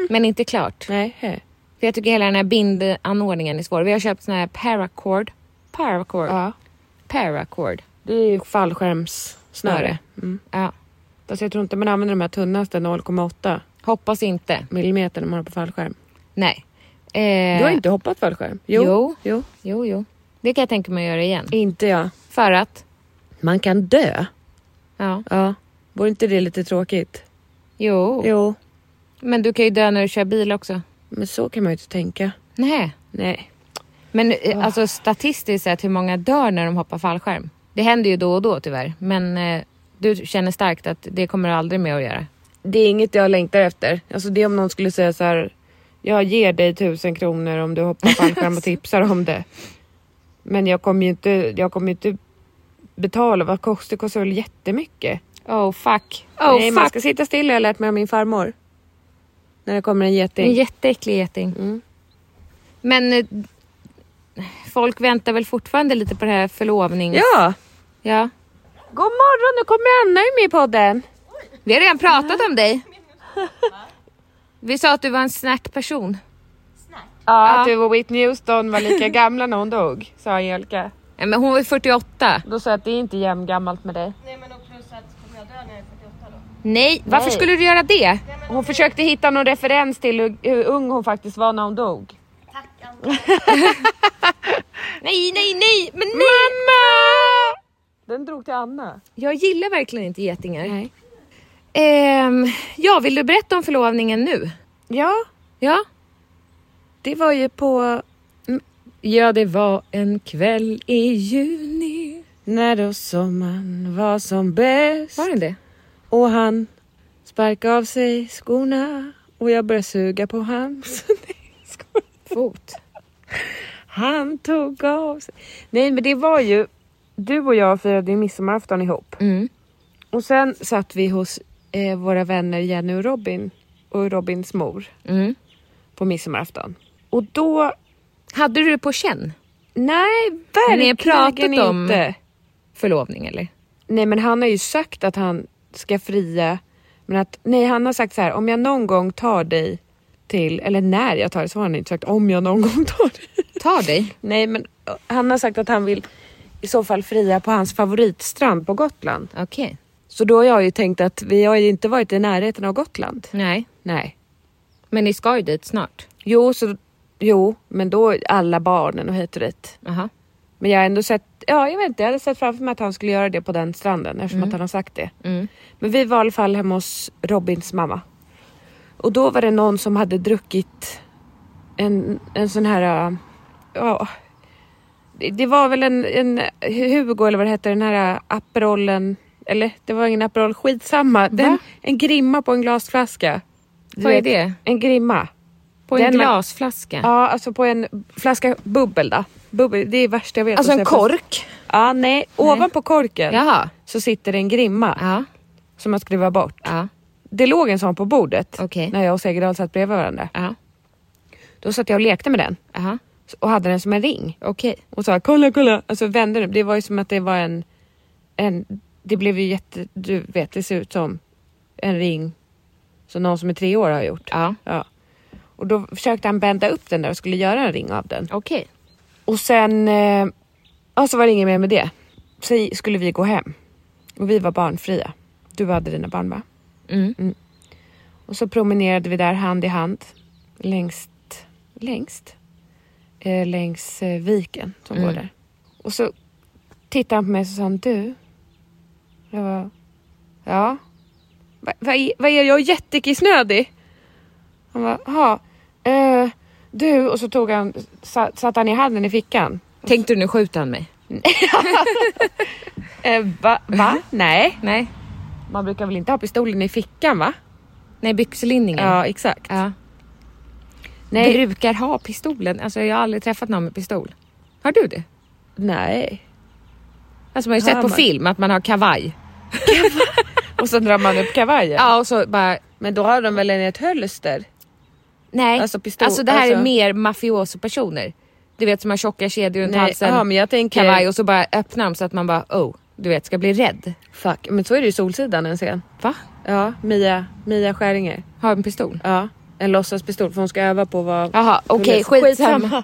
Men inte klart.
Nej. hej.
För jag tycker hela den här bindanordningen är svår. Vi har köpt sån här paracord. Paracord.
Ja.
Paracord.
Det är ju fallskärmssnöre. Mm.
Ja.
Fast jag tror inte man använder de här tunnaste 0,8
Hoppas inte.
millimeter när man har på fallskärm.
Nej. Eh,
Du har inte hoppat fallskärm? Jo.
Jo.
jo.
Jo, jo. Det kan jag tänka mig att göra igen.
Inte jag.
För att.
Man kan dö.
Ja.
Ja. Vore inte det lite tråkigt?
Jo.
Jo.
Men du kan ju dö när du kör bil också.
Men så kan man ju inte tänka.
Nej.
Nej.
Men eh, alltså statistiskt sett hur många dör när de hoppar fallskärm. Det händer ju då och då tyvärr. Men eh, du känner starkt att det kommer du aldrig mer att göra.
Det är inget jag längtar efter. Alltså det är om någon skulle säga så här. Jag ger dig tusen kronor om du *laughs* hoppar fallskärm och tipsar om det. Men jag kommer ju inte, jag kommer ju inte betala. Vad kostar det? kostar väl jättemycket?
Oh fuck. Oh
Nej, man
fuck.
ska sitta still har jag lärt mig av min farmor. När det kommer en
En
geting.
jätteäcklig geting. Mm. Men eh, folk väntar väl fortfarande lite på det här förlovnings...
Ja!
ja.
God morgon, nu kommer Anna ju med i podden.
Vi har redan pratat om dig. Vi sa att du var en snärt person.
Ja.
Ja.
Att du och Whitney Houston var lika gamla när hon dog, sa Angelica.
Ja, Men hon var ju 48.
Då sa jag att det är inte jämngammalt med dig.
Nej men och plus att kommer jag dö när jag är 48 då?
Nej, varför skulle du göra det?
Hon försökte hitta någon referens till hur, hur ung hon faktiskt var när hon dog.
Tack Anna.
Nej, nej, nej, men nej! Mamma!
Den drog till Anna.
Jag gillar verkligen inte getingar. Ehm, ja, vill du berätta om förlovningen nu?
Ja,
Ja.
det var ju på... mm,
Ja, det var en kväll i juni.
När då sommaren var som bäst.
Var den det?
Och han sparkade av sig skorna och jag började suga på *laughs* hans. Nej, skoj.
Fot.
han tog av sig. Nej men det var ju, du och jag firade ju midsommarafton ihop.
Mm.
Och sen satt vi hos eh, våra vänner Jenny och Robin och Robins mor
Mm.
på midsommarafton. Och då,
Hade du det på känn?
nej
har
verkligen
pratat om-
inte.
Förlovning eller?
Nej men han har ju sagt att han ska fria. Men att, nej han har sagt så här, om jag någon gång tar dig till, eller när jag tar dig så har han inte sagt om jag någon gång tar dig.
Ta dig.
Nej men ö, han har sagt att han vill i så fall fria på hans favoritstrand på Gotland.
Okej.
Så då har jag ju tänkt att vi har ju inte varit i närheten av Gotland.
Nej.
Nej.
Men ni ska ju dit snart.
Jo, så, jo men då alla barnen och hit och dit.
Aha.
Men jag har ändå sett, ja jag vet inte, jag hade sett framför mig att han skulle göra det på den stranden eftersom
Mm.
att han har sagt det. Men vi var i alla fall hemma hos Robins mamma. Och då var det någon som hade druckit en, en sån här, äh, ja, det- det var väl en, en Hugo eller vad det hette, den här äh, Aperolen, eller det var ingen Aperol, skitsamma. Den, en grimma på en glasflaska. Du
Vad är
vet,
det?
En grimma.
På en
Den man-
glasflaska?
Ja, alltså på en flaska bubbel då. Bubbel, det är det värsta jag vet.
Alltså
att
en
säga.
kork?
Ja, nej. Ovanpå korken
Jaha.
så sitter det en grimma
Ja.
som man skruvar bort.
Ja.
Det låg en sån på bordet
Okej.
när jag och Segerdal satt bredvid varandra.
Ja.
Då satt jag och lekte med den
Aha.
och hade den som en ring.
Okej.
Och sa kolla, kolla. Och så vände den. Det var ju som att det var en... en det blev ju jätte... Du vet, det ser ut som en ring som någon som är tre år har gjort.
Ja.
Ja. Och då försökte han bända upp den där och skulle göra en ring av den.
Okej.
Och sen, eh, ja så var det inget mer med det. Sen skulle vi gå hem. Och vi var barnfria. Du hade dina barn va?
Mm.
Och så promenerade vi där hand i hand. Längst, längst? Eh, längs eh, viken som går där. Och så tittade han på mig och så sa han, du. Jag var, ja. Va- Vad är- vad är det? Jag är jättekissnödig. Han bara, jaha, eh, du. Och så tog han, sa- satte han i handen i fickan.
Tänkte du nu skjuter han mig?
Eh, va? va?
Mm.
Nej.
Nej,
Man brukar väl inte ha pistolen i fickan va?
nej byxlinningen.
Ja, exakt.
Ja.
Nej.
Brukar ha pistolen. Alltså jag har aldrig träffat någon med pistol. Har du det?
Nej.
Alltså man har ju
Har
sett på
man?
film att man har kavaj. *laughs*
Och så drar man upp kavajen.
Ja och så bara
Men då har de väl en i ett hölster?
nej.
Alltså pistol-
Alltså det här är
alltså-
mer mafioso-personer. Du vet som har tjocka kedjor runt
Nej,
halsen,
ja, men jag tänker-
kavaj och så bara öppnar de så att man bara oh, du vet ska bli rädd.
Fuck, men så är det ju Solsidan en scen.
Va?
Ja, Mia, Mia Skäringer.
Har en pistol?
Ja, en låtsaspistol för hon ska öva på att vara
Jaha okej
polis.
skitsamma.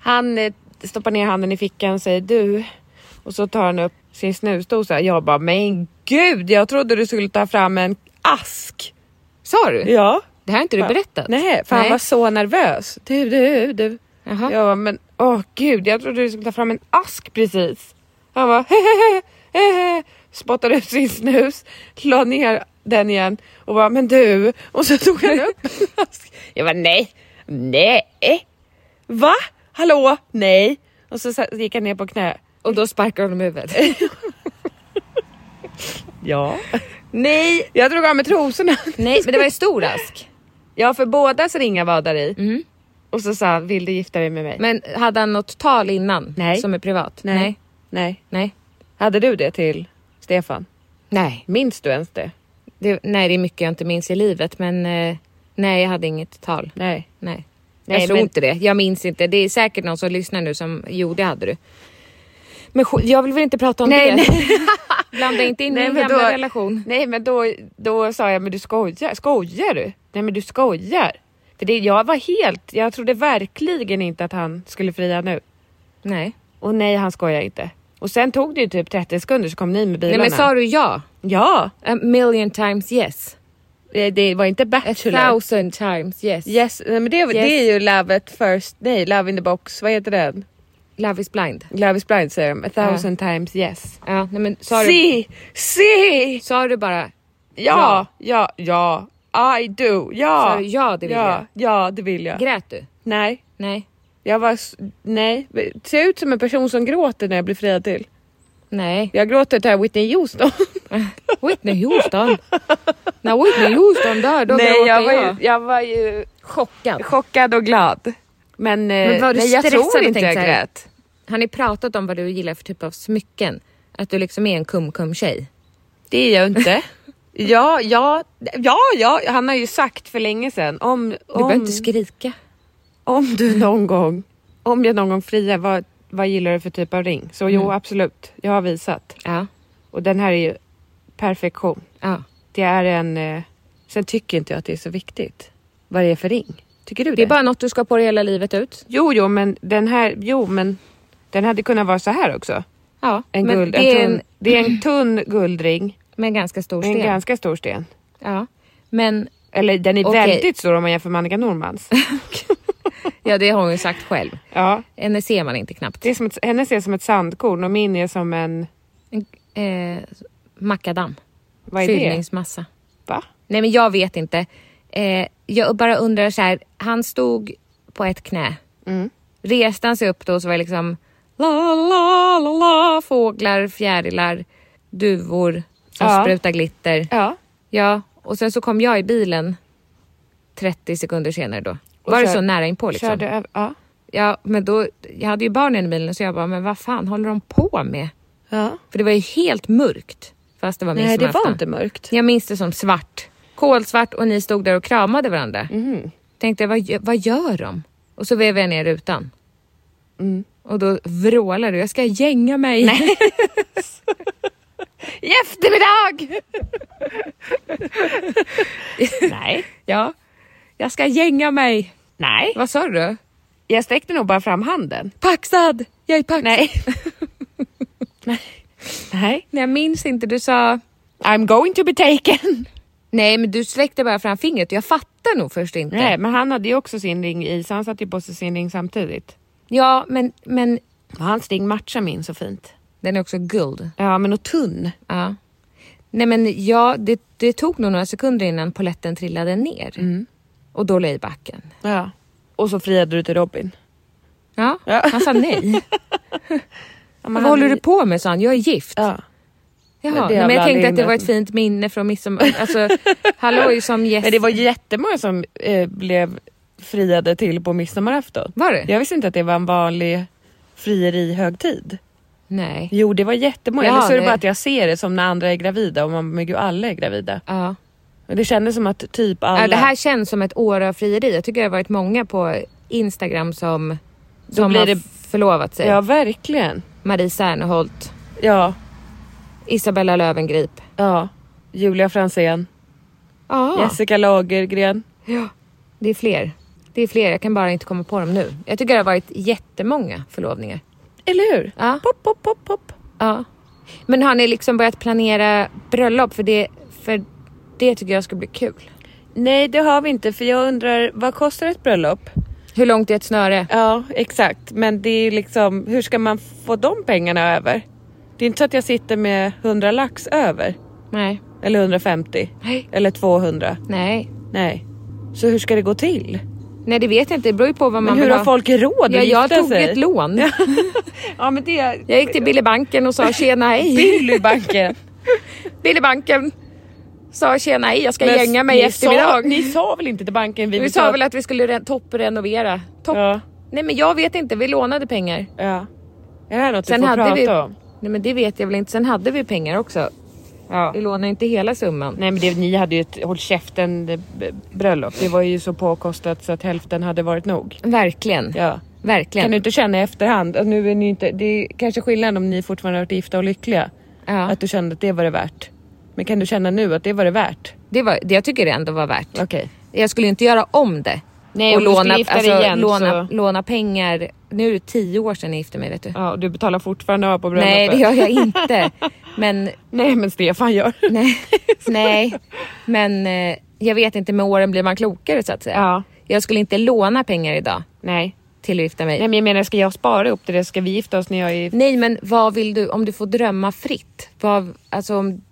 Han eh, stoppar ner handen i fickan och säger du. Och så tar han upp sin snusdosa. Jag bara, men gud, jag trodde du skulle ta fram en ask.
Sa du?
Ja.
Det här har inte du berättat?
Nej, för han var så nervös. Du, du, du.
Jaha.
Jag bara, men åh gud, jag trodde du skulle ta fram en ask precis. Han bara, *laughs* hehehe, hehe, spottade ut sin snus, la ner den igen och bara, men du. Och så tog han upp
*laughs*
en ask. Jag bara, nej, nej, va? Hallå, nej. Och så sa- gick han ner på knä.
Och då sparkar honom i huvudet.
Ja.
nej!
*laughs* Jag drog av mig trosorna. *laughs*
Nej men det var ju stor ask.
Ja, för bådas ringar var där i.
Mm.
Och så sa han, vill du gifta dig med mig?
Men hade han något tal innan?
Nej.
Som är privat?
nej. Nej.
Nej.
Hade du det till Stefan?
Nej.
Minns du ens det?
Det, nej det är mycket jag inte minns i livet men eh, nej jag hade inget tal.
Nej.
Nej.
Nej,
jag tror
men-
inte det. Jag minns inte. Det är säkert någon som lyssnar nu som, jo det hade du. Men sk- jag vill väl inte prata om
Nej,
det. Nej. *laughs* Blanda inte in min gamla relation.
Nej men då, då sa jag, men du skojar, skojar du? Nej men du skojar. För det, jag var helt, jag trodde verkligen inte att han skulle fria nu.
Nej.
Och nej han skojar inte. Och sen tog det ju typ 30 sekunder så kom ni med
nej
bilarna.
men sa du ja?
Ja!
A million times yes.
Eh, Det var inte
A
Bachelor.
thousand times yes.
Yes, nej, men det, det är ju Love at first, nej Love in the box, vad heter den?
Love is blind.
Love is blind säger de, a thousand times yes.
Ja, nej men sa du,
Si! Si!
sa du bara
Ja, ja, ja. I do, ja.
Sa du ja, det vill
ja, Ja, det vill jag.
grät du?
nej,
Nej.
jag var... s- Nej. Ser jag ut som en person som gråter när jag blir friad till.
Nej.
Jag gråter till Whitney Houston.
Whitney Houston. När Whitney Houston dör då
nej,
gråter
jag
jag.
var, ju, jag var ju
chockad.
chockad och glad. Men,
Men var du
nej, jag
stressad
tror
och
inte jag
tänkte så här-
grät.
Har ni pratat om vad du gillar för typ av smycken? Att du liksom är en kum-kum-tjej?
Det är jag inte. *laughs* ja, ja, ja, ja, han har ju sagt för länge sedan om...
Du behöver
om...
inte skrika.
Om
*laughs*
du någon gång, om jag någon gång friar, vad, vad gillar du för typ av ring? Så jo,
Mm.
absolut. Jag har visat.
Ja.
Och den här är ju perfektion.
ja.
Det är en... Eh, sen tycker inte jag att det är så viktigt vad det är för ring. Tycker du det?
Det är bara något du ska ha på dig hela livet ut.
Jo, jo, men den här... Jo, men den hade kunnat vara så här också.
Ja,
En
men
guld,
det är
tunn,
en
det är en tunn guldring
*clears throat* med en ganska *clears throat* stor
med en
sten.
ganska stor sten.
Ja. Men
Eller den är
Okej.
väldigt stor om man jämför med
*laughs*
Annika Normans.
ja, det har hon ju sagt själv.
ja,
Henne ser E man inte knappt.
det är som ett, hennes är som ett sandkorn och min är som en...
Eh, makadam.
Vad är det?
Fyllningsmassa.
Va?
Nej men jag vet inte. Eh, jag bara undrar så här. han stod på ett knä.
Mm.
Reste han sig upp då och så var det liksom la la la la fåglar, fjärilar, duvor som
Ja.
sprutar glitter.
Ja.
Ja, och sen så kom jag i bilen 30 sekunder senare då.
Och
var det
kör-
så nära inpå liksom?
Körde över, ja.
Ja, men då, jag hade ju barnen i bilen så jag bara, men vad fan håller de på med?
ja.
För det var ju helt mörkt. Fast det var
Nej, det var
midsommarafton.
inte mörkt.
Jag minns det som svart. Kolsvart och ni stod där och kramade varandra.
Mhm.
Tänkte, vad, gö- vad gör de? Och så vevade jag ner rutan.
Mm.
Och då vrålade du, jag ska gänga mig.
I eftermiddag! *laughs* Nej.
Ja, jag ska gänga mig.
Nej.
Vad sa du?
Jag sträckte nog bara fram handen.
Paxad! Jag är paxad.
*laughs* Nej. Nej.
Nej, jag *laughs* minns inte, du sa...
I'm going to be taken.
Nej, men du släckte bara fram fingret. Jag fattar nog först inte.
Nej, men han hade ju också sin ring i, så han satte ju på sig sin ring samtidigt.
Ja, men, men
Och hans ring matchar min så fint.
den är också guld.
Ja, men och tunn.
Ja.
Mm.
Nej men ja, det, det tog nog några sekunder innan poletten trillade ner. och då la jag i backen.
Ja. Och så friade du till Robin.
Ja,
Ja.
han sa
*laughs*
nej.
Ja, men
Vad
han-
håller du på med sa han, jag är gift.
Ja.
Jaha,
Det
nej, men
jävla
jag tänkte att det var ett
himlen.
fint minne från midsommar. Alltså, halloj som gäst.
Men det var jättemånga som eh, blev friade till på midsommarafton.
Var det?
Jag visste inte att det var en vanlig frierihögtid.
Nej.
Jo det var jättemånga,
Ja,
eller så är det
det-
bara att jag ser det som när andra är gravida och man men gud alla är gravida.
Ja.
Men det kändes som att typ alla...
Ja, det här känns som ett år av frieri. Jag tycker det har varit många på Instagram som, som
blir
har
det-
förlovat sig.
Ja verkligen.
Marie Serneholt,
Ja,
Isabella Löwengrip.
ja. Julia Franzén,
Ja,
Jessica Lagergren.
det är fler. Det är fler, jag kan bara inte komma på dem nu. Jag tycker det har varit jättemånga förlovningar.
Eller hur?
Ja.
Pop, pop, pop, pop.
Ja. Men har ni liksom börjat planera bröllop? För det, för det tycker jag ska bli kul.
Nej det har vi inte för jag undrar vad kostar ett bröllop?
Hur långt är ett snöre?
Ja exakt men det är ju liksom hur ska man få de pengarna över? Det är inte så att jag sitter med 100 lax över
Nej.
eller 150
Nej.
eller 200.
Nej.
Nej. Så hur ska det gå till?
Nej, det vet jag inte. Det beror ju på vad
Men
man
hur
vill
har
ha.
folk råd att
Ja, jag
gifta
tog
sig?
ett lån. *laughs*
Ja men det är
Jag gick till Billy Banken och sa tjena hej. *laughs*
Billybanken.
Billy Banken sa tjena hej, jag ska
Men
gänga mig i
ni
eftermiddag.
Sa, ni sa väl inte till banken?
vi
vill
sa
ta-
väl att vi skulle re- topprenovera. Topp.
Ja.
Nej men jag vet inte, vi lånade pengar.
ja. Är det här något
Sen
du får prata
hade vi...
om?
Nej men det vet jag väl inte. Sen hade vi pengar också.
Ja.
Vi lånade inte hela summan.
Nej men det, ni hade ju ett håll käften eh, b- bröllop. Det var ju så påkostat så att hälften hade varit nog.
Verkligen.
Ja. Kan
Verkligen.
du inte känna i efterhand, att nu är ni inte, det är kanske skillnad om ni fortfarande har varit gifta och lyckliga.
Ja.
Att du kände att det var det värt. Men kan du känna nu att det var det värt?
Det, var, det jag tycker det ändå var värt.
Okej.
Jag skulle ju inte göra om det.
Nej, om du skulle gifta dig igen,
låna,
så-
låna pengar. Nu är det tio år sedan jag gifte mig vet du.
Ja, och du betalar fortfarande av på bröllopet?
Nej det gör jag inte. Men
*laughs* Nej men Stefan gör.
Nej, *laughs* nej. men eh, jag vet inte, med åren blir man klokare så att säga.
*laughs* Ja.
Jag skulle inte låna pengar idag
Nej.
till att gifta mig.
Nej
Nej,
men jag menar, ska jag spara upp till det? Ska vi gifta oss när jag är...
men vad vill du, om du får drömma fritt, vad, alltså om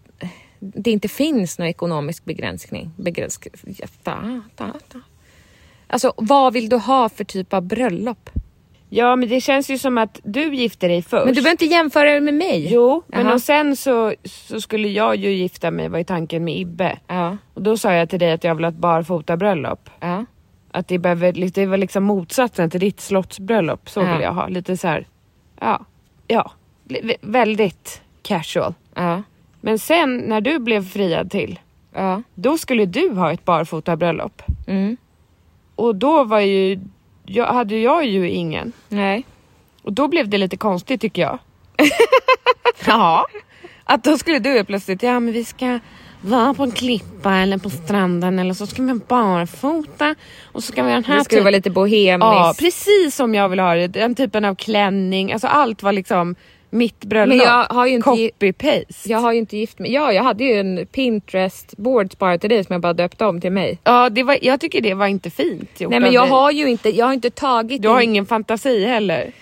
det inte finns någon ekonomisk begränsning, begräns, ja, ta, ta, ta. Alltså vad vill du ha för typ av bröllop?
Ja men det känns ju som att du gifte dig först.
Men du behöver inte jämföra det med mig.
Jo, men
Jaha.
och sen så, så skulle jag ju gifta mig, var ju tanken med Ibbe.
Ja.
Och då sa jag till dig att jag vill ha ett barfotabröllop.
Ja.
Att det, behöver, det var liksom motsatsen till ditt slottsbröllop, så
Ja.
vill jag ha. Lite så här, ja, ja, Li- väldigt casual.
Ja.
Men sen när du blev friad till,
Ja.
då skulle du ha ett barfotabröllop.
Mm.
Och då var ju, jag, hade jag ju ingen.
Nej.
Och då blev det lite konstigt
*laughs*
tycker jag. ja. Att då skulle du helt plötsligt, ja men vi ska vara på en klippa eller på stranden eller så ska vi barfota och så ska vi ha den här typ-
Det skulle vara lite bohemiskt.
Ja, precis som jag vill ha det. Den typen av klänning, alltså allt var liksom mitt bröllop.
Men jag har ju inte-
Copy-paste.
Jag har ju inte gift mig. Ja, jag hade ju en Pinterest board sparat till dig som jag bara döpte om till mig.
Ja, det var, jag tycker det var inte fint gjort
Nej men
av
jag
dig.
har ju inte, jag har inte tagit
Du har
in,
ingen fantasi heller.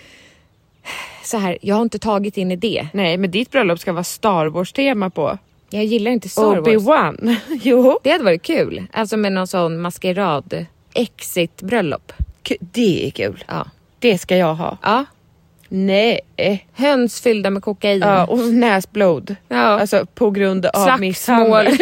så här, jag har inte tagit in i det.
Nej, men ditt bröllop ska vara Star Wars-tema på.
Jag gillar inte Star Wars.
Obi-Wan. *laughs* jo.
Det hade varit kul, alltså med någon sån maskerad exit bröllop.
K- Det är kul.
Ja.
Det ska jag ha.
Ja.
Nej.
Höns fyllda med kokain.
Ja, och näsblod.
Mm. Ja.
Alltså på grund av
Slagsmål.
misshandel.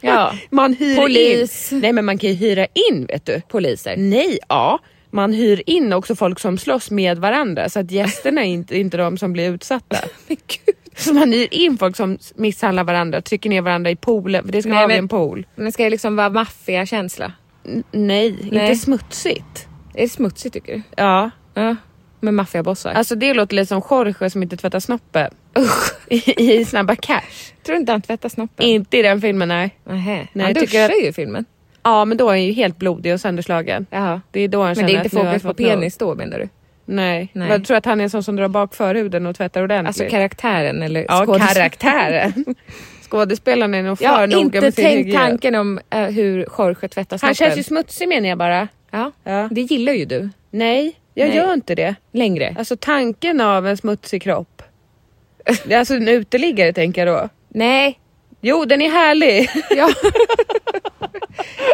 ja.
Man hyr
Polis.
in. Nej men man kan ju hyra in vet du.
Poliser.
Nej, ja. Man hyr in också folk som slåss med varandra så att gästerna är inte, inte de som blir
*laughs*
utsatta.
Men gud.
Så man hyr in folk som s- misshandlar varandra, trycker ner varandra i poolen, för det ska
Nej,
vara vid
men-
en pool.
*laughs* Men ska det liksom vara maffiakänsla?
N- nej,
Nej.
inte smutsigt.
Är det smutsigt tycker du?
Ja,
Ja. Med maffiabossar?
alltså det låter lite som Jorge som inte tvättar snoppen. *laughs* I, I Snabba Cash.
tror du inte han tvättar snoppen?
Inte i den filmen nej.
Nej,
Nej,
han
jag
duschar
tycker att-
ju i filmen.
Ja men då är han ju helt blodig och sönderslagen.
Jaha.
Det är då han
Men
känner
det är inte
att nu har han
fokus på
fått nog.
penis då menar du?
Nej.
Nej.
Jag tror att han är en sån som drar bak förhuden och tvättar ordentligt.
Alltså karaktären eller
ja,
skådespel- *laughs*
karaktären. Skådespelaren är nog för
Jag har
noga
inte
med sin
tänkt
hygien.
tanken om eh, hur Jorge tvättar snoppen.
Han känns ju smutsig menar jag bara.
ja.
Ja.
Det gillar ju du
Nej, jag
Nej.
gör inte det.
längre.
Alltså tanken av en smutsig kropp. Det är alltså en uteliggare tänker jag då.
Nej.
Jo, den är härlig.
Ja.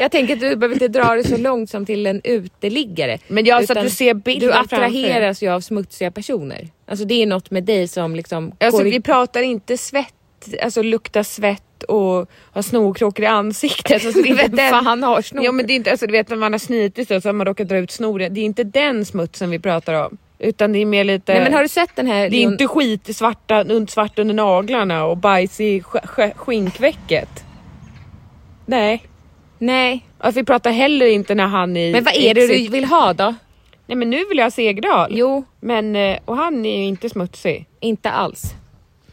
Jag tänker att du behöver inte dra det så långt som till en uteliggare.
*laughs* Men jag- så att
Utan
du ser bilden
Du
framför dig.
attraheras ju av smutsiga personer. Alltså det är något med dig som liksom...
Alltså,
går i-
vi pratar inte svett, alltså lukta svett och ha snorkråkor
*laughs*
i *laughs* ansiktet. Alltså, det är inte
Vem
den-
fan har snor?
Ja, men det är inte, alltså, du vet när man har snitit och så har man råkat dra ut snoren. Det är inte den smutsen vi pratar om. Utan det är mer lite...
Nej men har du sett den här...
det är inte skit i svarta, un- svart under naglarna och bajs i sk- sk- skinkväcket. Nej.
Nej.
Att vi pratar heller inte när han är i
Men vad är det du
sitt-
vill ha då?
Nej men nu vill jag ha segral.
Jo,
Men, eh, och han är ju inte smutsig.
inte alls.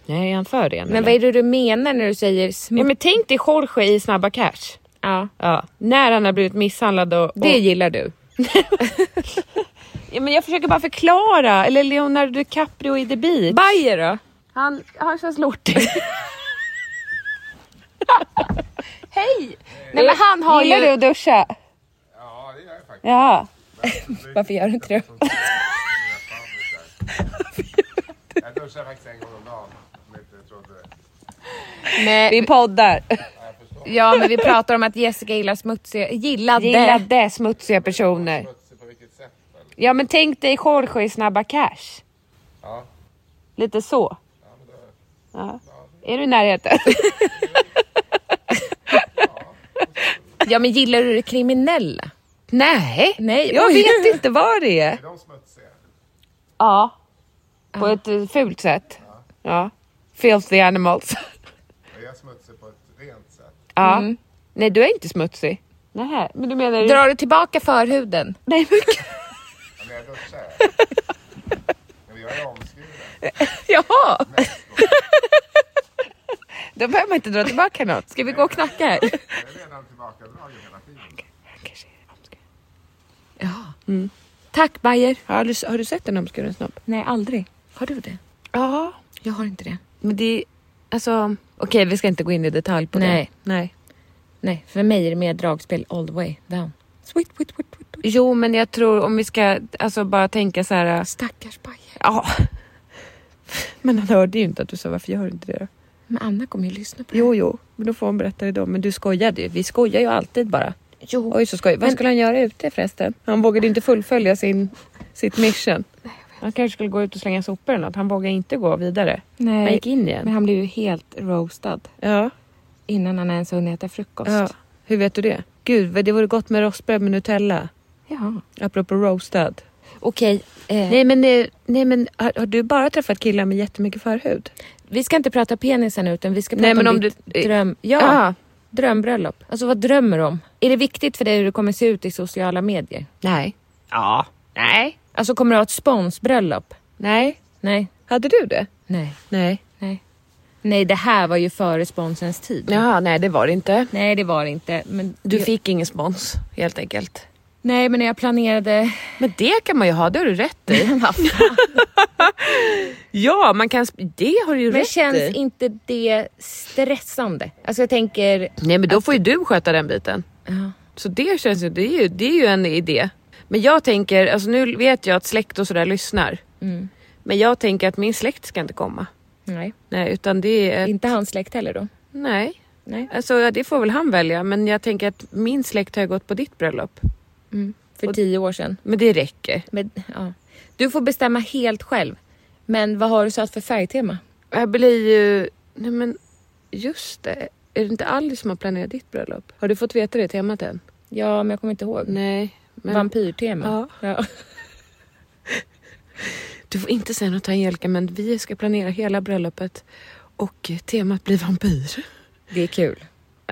Nej, är han för ren
Men vad är det du menar när du säger smuts?
Ja, men tänk dig Jorge i Snabba Cash.
Ja.
Ja. När han har blivit misshandlad och... och
Det gillar du.
*laughs* ja, men jag försöker bara förklara. Eller Leonardo DiCaprio i The Beach.
Bajer då?
han, han
*laughs*
känns lortig. Hej!
Nej men han har
Gillar du
ju...
att duscha?
Ja, det gör jag faktiskt.
Ja.
*laughs* Varför gör du inte det?
Jag duschar faktiskt en gång om dagen. Om jag inte trodde det.
Nej,
Vi poddar.
ja men vi pratar om att Jessica gillar smutsiga... Gillade.
Gillade smutsiga personer.
Smutsig på vilket sätt? eller?
Ja men tänk dig Jorge i Snabba Cash.
Ja.
Lite så. Ja. Är du i närheten?
Ja men gillar du det kriminella?
*laughs* Nej,
Nej,
jag
oj.
vet inte vad det är.
Är de smutsiga?
Ja. På ett eh, fult sätt. Ja. Filthy animals. *laughs*
Är jag smutsig på ett rent sätt?
Ja. Nej, du är inte smutsig. Nej, men du menar...
Drar du tillbaka förhuden?
Nej, men...
Ja, men jag *laughs* duschar. Men jag är omskuren.
Jaha!
*laughs* Då behöver man inte dra tillbaka något.
Ska vi gå och knacka här?
Jag är redan tillbakadragen hela tiden.
Tack Bajer.
Mm. Har du, har du sett en omskuren snopp?
Nej aldrig. Har du det?
Ja,
Jag har inte det.
men det... Alltså... Okej, vi ska inte gå in i detalj på
Nej.
det. Nej.
Nej, för mig är det mer dragspel all the way down. Sweet, sweet, sweet, sweet. sweet.
Jo, men jag tror om vi ska alltså bara tänka så här...
Stackars Bajer.
Ja. *laughs* Men han hörde ju inte att du sa varför gör du inte det då?
Men Anna kommer ju lyssna på det.
Jo, jo, men då får hon berätta det då. Men du skojade ju. Vi skojar ju alltid bara.
Jo.
Oj, så skoj. Vad
Men-
skulle han göra ute förresten? Han vågade inte fullfölja sin, sitt mission. Han kanske skulle gå ut och slänga sopor eller något. Han vågade inte gå vidare.
Nej.
Han gick in
Men
igen.
han blev ju helt roastad
Ja.
innan han ens hunnit äta frukost.
ja. Hur vet du det? Gud, vad- det vore gott med rostbröd med Nutella.
Jaha.
Apropå roastad.
Okej, eh,
Nej, men, eh, nej, men har, har du bara träffat killar med jättemycket förhud?
vi ska inte prata penisen utan vi ska prata
Nej, men
om,
om
ditt
du- eh,
dröm... Ja,
Ja.
drömbröllop. Alltså vad drömmer du om? Är det viktigt för dig hur du kommer se ut i sociala medier?
Nej. Ja. Nej.
Alltså kommer du ha ett sponsbröllop?
Nej.
Nej,
Hade du det?
nej,
Nej.
nej. Nej, det här var ju före sponsens tid.
Jaha, nej det var det inte.
Nej, det var det inte. Men
Du
jag...
fick ingen spons helt enkelt.
Nej, men när jag planerade...
Men det kan man ju ha, det har du rätt *laughs* i. *laughs* ja, man kan... sp- Det har du ju
Men
rätt
känns
i.
inte det stressande? Alltså jag tänker...
Nej, men då får ju du sköta den biten.
Ja.
Så det känns ju det, är ju... det är ju en idé. Men jag tänker, alltså nu vet jag att släkt och sådär lyssnar. Men jag tänker att min släkt ska inte komma.
Nej,
Nej, utan det är...
inte hans släkt heller då.
Nej.
Nej.
Alltså ja, det får väl han välja. Men jag tänker att min släkt har ju gått på ditt bröllop.
För tio år sedan.
Men det räcker.
Men, ja. Du får bestämma helt själv. Men vad har du satt för färgtema?
Jag blir ju... Nej men just det. Är det inte Alice som har planerat ditt bröllop? Har du fått veta det temat än?
Ja, men jag kommer inte ihåg.
Nej. Men...
Vampyrtema.
*laughs*
Ja.
Du får inte säga något till Angelica men vi ska planera hela bröllopet och temat blir vampyr.
Det är kul.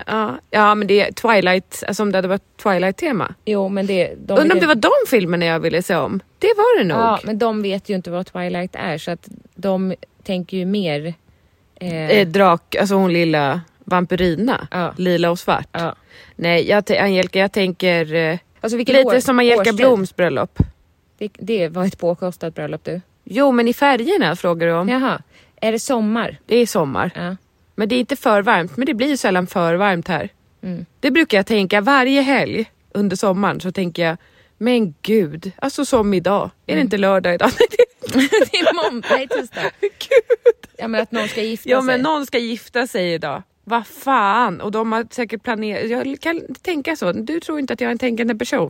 Ja, ja men det är Twilight, alltså om det hade varit Twilight-tema.
Jo, men det... De
Undrar om
vet-
det var de filmerna jag ville se om? Det var det nog.
Ja, men de vet ju inte vad Twilight är så att de tänker ju mer... Eh,
eh, drak, alltså hon lilla vampyrina,
Ja.
lila och svart.
Ja.
Nej, jag, t- Angelica, jag tänker eh,
Alltså vilken
lite
år-
som Angelica
årstid.
Bloms bröllop.
Det, det var ett påkostat bröllop du.
Jo, men i färgerna frågar du om.
Jaha. Är det sommar? *laughs*
Det är sommar.
Ja.
Men det är inte för varmt, men det blir ju sällan för varmt här.
Mm.
Det brukar jag tänka varje helg under sommaren så tänker jag, men gud, alltså som idag. Är
Mm.
det inte lördag idag? *laughs* Nej, det är
*laughs*
inte.
Det är måndag, nej tisdag. Ja men att någon ska gifta
ja men
sig.
någon ska gifta sig idag. Vad fan! Och de har säkert planerat. Jag kan tänka så. Du tror inte att jag är en tänkande person.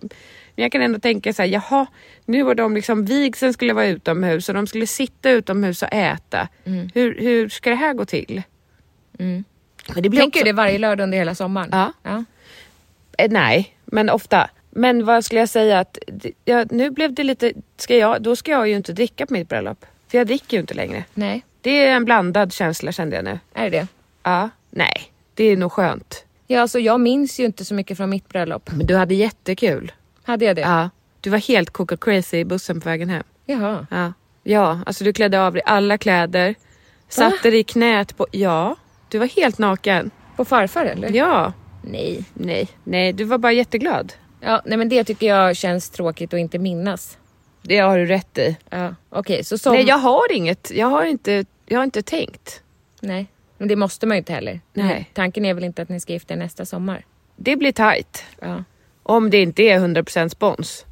Men jag kan ändå tänka så här, jaha, nu har de liksom, vigseln skulle vara utomhus och de skulle sitta utomhus och äta.
Mm.
Hur, hur ska det här gå till? Men det blir
Tänker
också-
du det varje lördag under hela sommaren?
Ja. Eh, nej, men ofta. Men vad skulle jag säga att, det- ja, nu blev det lite, ska jag, då ska jag ju inte dricka på mitt bröllop. För jag dricker ju inte längre.
Nej,
Det är en blandad känsla kände jag nu.
är det det?
Ja, nej, det är nog skönt.
Ja, alltså jag minns ju inte så mycket från mitt bröllop.
Men du hade jättekul.
Hade jag det?
Ja. Du var helt coco crazy i bussen på vägen hem.
Jaha.
Ja. ja, alltså du klädde av dig alla kläder. Satte dig i knät på... Ja, du var helt naken.
På farfar eller?
Ja.
Nej.
Nej, nej, du var bara jätteglad.
Ja, nej men det tycker jag känns tråkigt att inte minnas.
Det har du rätt i.
Ja, okej, så som...
Nej, jag har inget. Jag har inte, jag har inte tänkt.
Nej, men det måste man ju inte heller.
Nej.
Tanken är väl inte att ni ska gifta er nästa sommar?
Det blir tajt.
Ja.
Om det inte är 100% spons.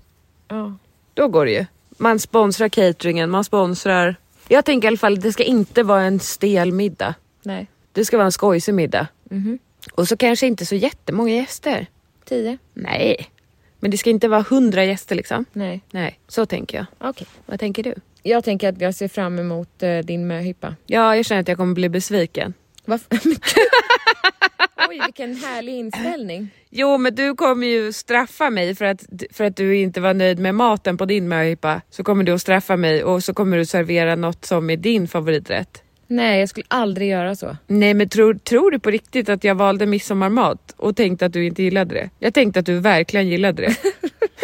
Ja.
Då går det ju. Man sponsrar cateringen, man sponsrar... Jag tänker i alla fall att det ska inte vara en stel middag.
Nej.
Det ska vara en skojsig middag. Och så kanske inte så jättemånga gäster.
Tio?
Nej. Men det ska inte vara hundra gäster liksom.
Nej.
Nej, så tänker jag.
Okej.
Vad tänker du?
Jag tänker att jag ser fram emot eh, din möhippa.
Ja, jag känner att jag kommer bli besviken.
Varför? *laughs* Men gud. Oj, vilken härlig inställning.
Jo, men du kommer ju straffa mig för att, för att du inte var nöjd med maten på din möhippa. Så kommer du att straffa mig och så kommer du servera något som är din favoriträtt.
Nej, jag skulle aldrig göra så.
Nej, men tror, tror du på riktigt att jag valde midsommarmat och tänkte att du inte gillade det? Jag tänkte att du verkligen gillade
*laughs*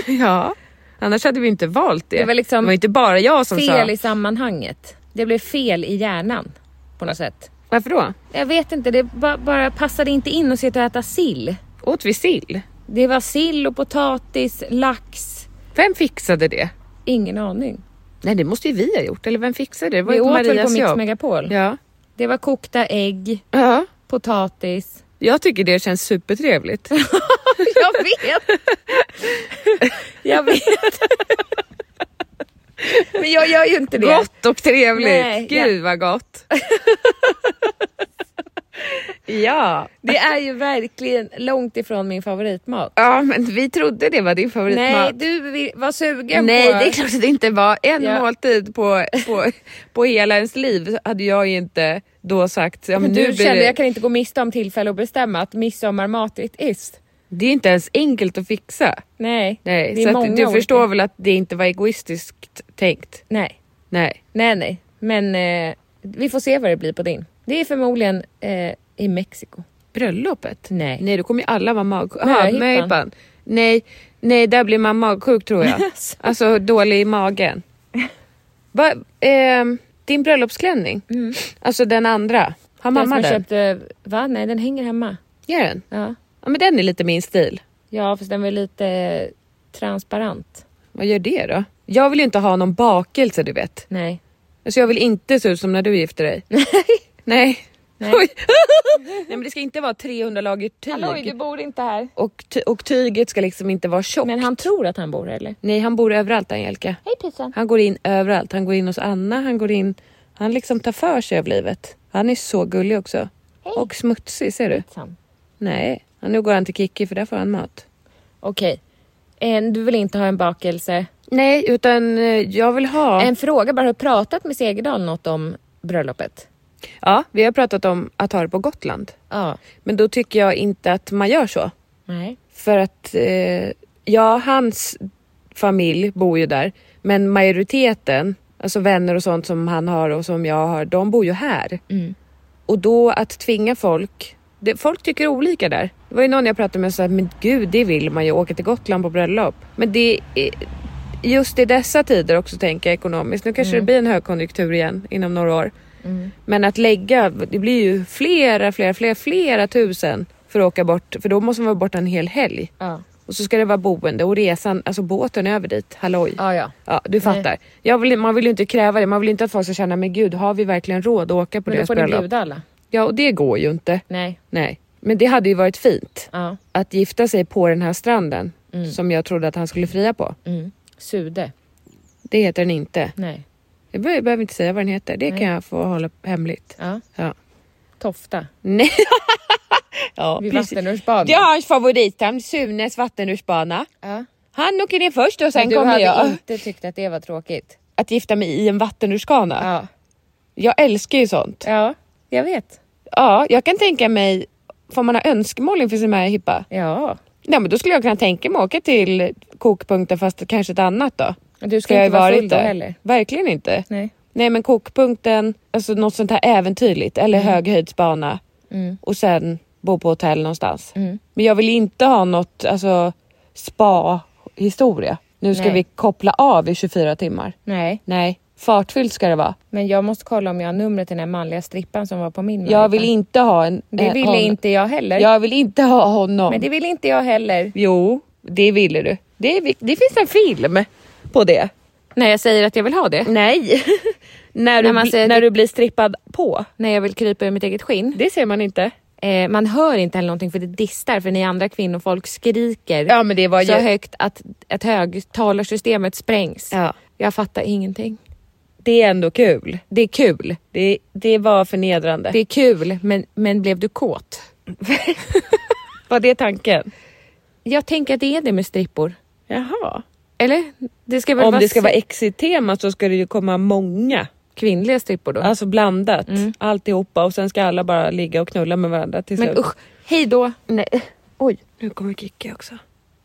det. ja, annars hade vi inte valt det.
Det var liksom
det var inte bara jag som
Fel
sa.
i sammanhanget. Det blev fel i hjärnan på något sätt.
Varför då?
Jag vet inte, det ba- bara passade inte in att sitta och äta sill.
Åt vi sill?
Det var sill och potatis, lax.
Vem fixade det?
Ingen aning.
Nej, det måste ju vi ha gjort. Eller vem fixade det? Det var
Vi
ju
åt väl på
Marias
Mix
jobb.
Megapol.
Ja.
Det var kokta ägg,
ja, *laughs*
potatis. *laughs*
jag tycker det känns supertrevligt.
Jag vet! jag vet. Men jag gör ju inte det.
Gott och trevligt.
Nej,
Gud
*laughs*
vad gott. ja.
Det är ju verkligen långt ifrån min favoritmat.
ja, men vi trodde det var din
Nej,
favoritmat.
du vill- var sugen
Nej,
på...
det är klart att det inte var. En
Ja.
måltid på, på, på hela ens liv hade jag ju inte då sagt. Ja, men
Men
nu
du
blir
kände
det...
jag kan inte gå miste om tillfälle att bestämma att midsommarmat it is.
det är inte ens enkelt att fixa.
Nej,
Nej,
det är
så
många
att du
olika-
förstår väl att det inte var egoistiskt tänkt?
Nej,
Nej.
nej, nej. Men eh, vi får se vad det blir på din. Det är förmodligen eh, i Mexiko.
Bröllopet?
Nej.
Nej, då kommer ju alla vara magsjuka.
Nej,
Aha,
hippan.
möhippan. Nej, nej, där blir man magsjuk tror jag. *laughs* alltså dålig i magen. *laughs* Va, ehm, din bröllopsklänning, alltså den andra. Har
den
mamma
som jag
den?
köpte, va? Nej, den hänger hemma.
Gör den?
Ja.
Ja, men den är lite min stil.
ja, fast den var lite eh, transparent.
Vad gör det då? Jag vill ju inte ha någon bakelse du vet.
Nej.
Alltså jag vill inte se ut som när du gifter dig. *laughs* Nej. *laughs* Nej.
Nej.
Oj. Nej men det ska inte vara 300 lager tyg.
bor inte här.
och, ty- och tyget ska liksom inte vara tjockt.
Men han tror att han bor här eller?
Nej, han bor överallt Angelica.
Hej Pissan!
Han går in överallt. Han går in hos Anna, han går in... Han liksom tar för sig av livet. Han är så gullig också. Och smutsig, ser du?
Pizzan.
Nej, Ja, nu går han till Kiki för där får han mat.
Okej. Eh, Du vill inte ha en bakelse?
Nej, utan eh, jag vill ha...
En fråga bara, har du pratat med Segerdal något om bröllopet?
Ja, vi har pratat om att ha det på Gotland.
Ja.
Men då tycker jag inte att man gör så.
Nej.
För att, eh, ja, hans familj bor ju där. Men majoriteten, alltså vänner och sånt som han har och som jag har, de bor ju här. Och då att tvinga folk, det, folk tycker olika där. Det var ju någon jag pratade med som sa, men gud, det vill man ju, åka till Gotland på bröllop. Men det är, just i dessa tider också tänker jag ekonomiskt. Nu
Mm.
kanske det blir en högkonjunktur igen inom några år. Men att lägga, det blir ju flera, flera, flera, flera tusen för att åka bort. För då måste man vara borta en hel helg.
Ja.
Och så ska det vara boende och resan, alltså båten över dit, halloj.
Ja, ja.
Ja, du fattar. Jag vill, man vill ju inte kräva det, man vill inte att folk ska känna, men gud, har vi verkligen råd att åka på
Men då
deras
får ni
bröllop?
bjuda alla.
Ja, och det går ju inte.
Nej.
Nej. Men det hade ju varit fint.
Ja.
Att gifta sig på den här stranden som jag trodde att han skulle fria på.
Mm. Sude.
Det heter den inte.
Nej.
Jag be- behöver inte säga vad den heter, det kan jag få hålla hemligt.
Ja.
Ja.
Tofta.
Nej. *laughs*
Ja, Vid
precis.
vattenrutschbanan.
Det är hans favorithamn, Sunes vattenrutschbana.
Ja.
Han åker ner först och sen
du
kommer
hade
jag.
inte tyckt att det var tråkigt.
Att gifta mig i en vattenrutschkana.
Ja,
Jag älskar ju sånt.
ja jag vet.
Ja, jag kan tänka mig, får man ha önskemål inför sin här hippa?
Ja.
Nej men då skulle jag kunna tänka mig att åka till kokpunkten fast kanske ett annat då.
Men Du
För
ska
jag har
inte vara
varit
full då
där.
heller.
Verkligen inte.
Nej.
Nej men kokpunkten, alltså något sånt här äventyrligt eller
Mm.
höghöjdsbana och sen bo på hotell någonstans.
Mm.
Men jag vill inte ha något alltså, spa-historia. Nu ska
Nej.
vi koppla av i 24 timmar.
Nej,
Nej, fartfyllt ska det vara.
men jag måste kolla om jag har numret till den här manliga strippan som var på min
Jag vill
möhippa.
inte ha en...
Det
en-
ville
hon-
inte jag heller.
Jag vill inte ha honom.
Men det ville inte jag heller.
Jo, det ville du. Det, är vi- det finns en film på det.
När jag säger att jag vill ha det?
Nej. *laughs* när du,
När man
bli-
säger-
när du blir strippad på.
När jag vill krypa ur mitt eget skinn?
Det ser man inte.
Eh, man hör inte heller någonting för det distar för ni andra kvinnor, folk skriker
Ja men det var
så
ju...
högt att ett högtalarsystemet sprängs.
Ja.
Jag fattar ingenting.
Det är ändå kul.
Det är kul.
Det, det var förnedrande.
Det är kul, men, men blev du kåt?
*laughs* var det tanken?
Jag tänker att det är det med strippor.
Jaha.
Eller? Det ska väl
Om
vara
det ska
se-
vara exit-tema så ska det ju komma många.
kvinnliga strippor då? Mm.
Alltså blandat. Alltihopa och sen ska alla bara ligga och knulla med varandra till
men
slut.
usch, hej då! Nej. Oj.
Nu kommer Kikki också.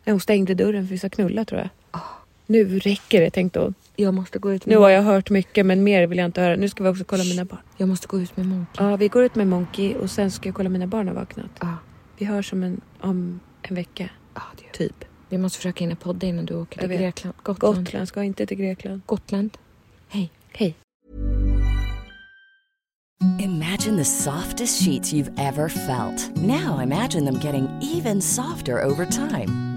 Nej, hon stängde dörren för vi ska knulla tror jag. Nu räcker det tänkte hon.
Jag måste gå ut
Nu
med,
har jag hört mycket men mer vill jag inte höra. Nu ska vi också kolla mina barn.
jag måste gå ut med Monk.
Ja, vi går ut med Monkey och sen ska jag kolla mina barn har vaknat.
Ja.
Vi hörs om en, om en vecka.
Ja, det gör.
Typ.
Vi måste försöka hinna podda innan du åker
Jag
till
vet.
Grekland. Gotland.
Gotland ska inte till Grekland.
Gotland. Hej.
Hej.
Imagine the softest sheets you've ever felt. Now imagine them getting even softer over time.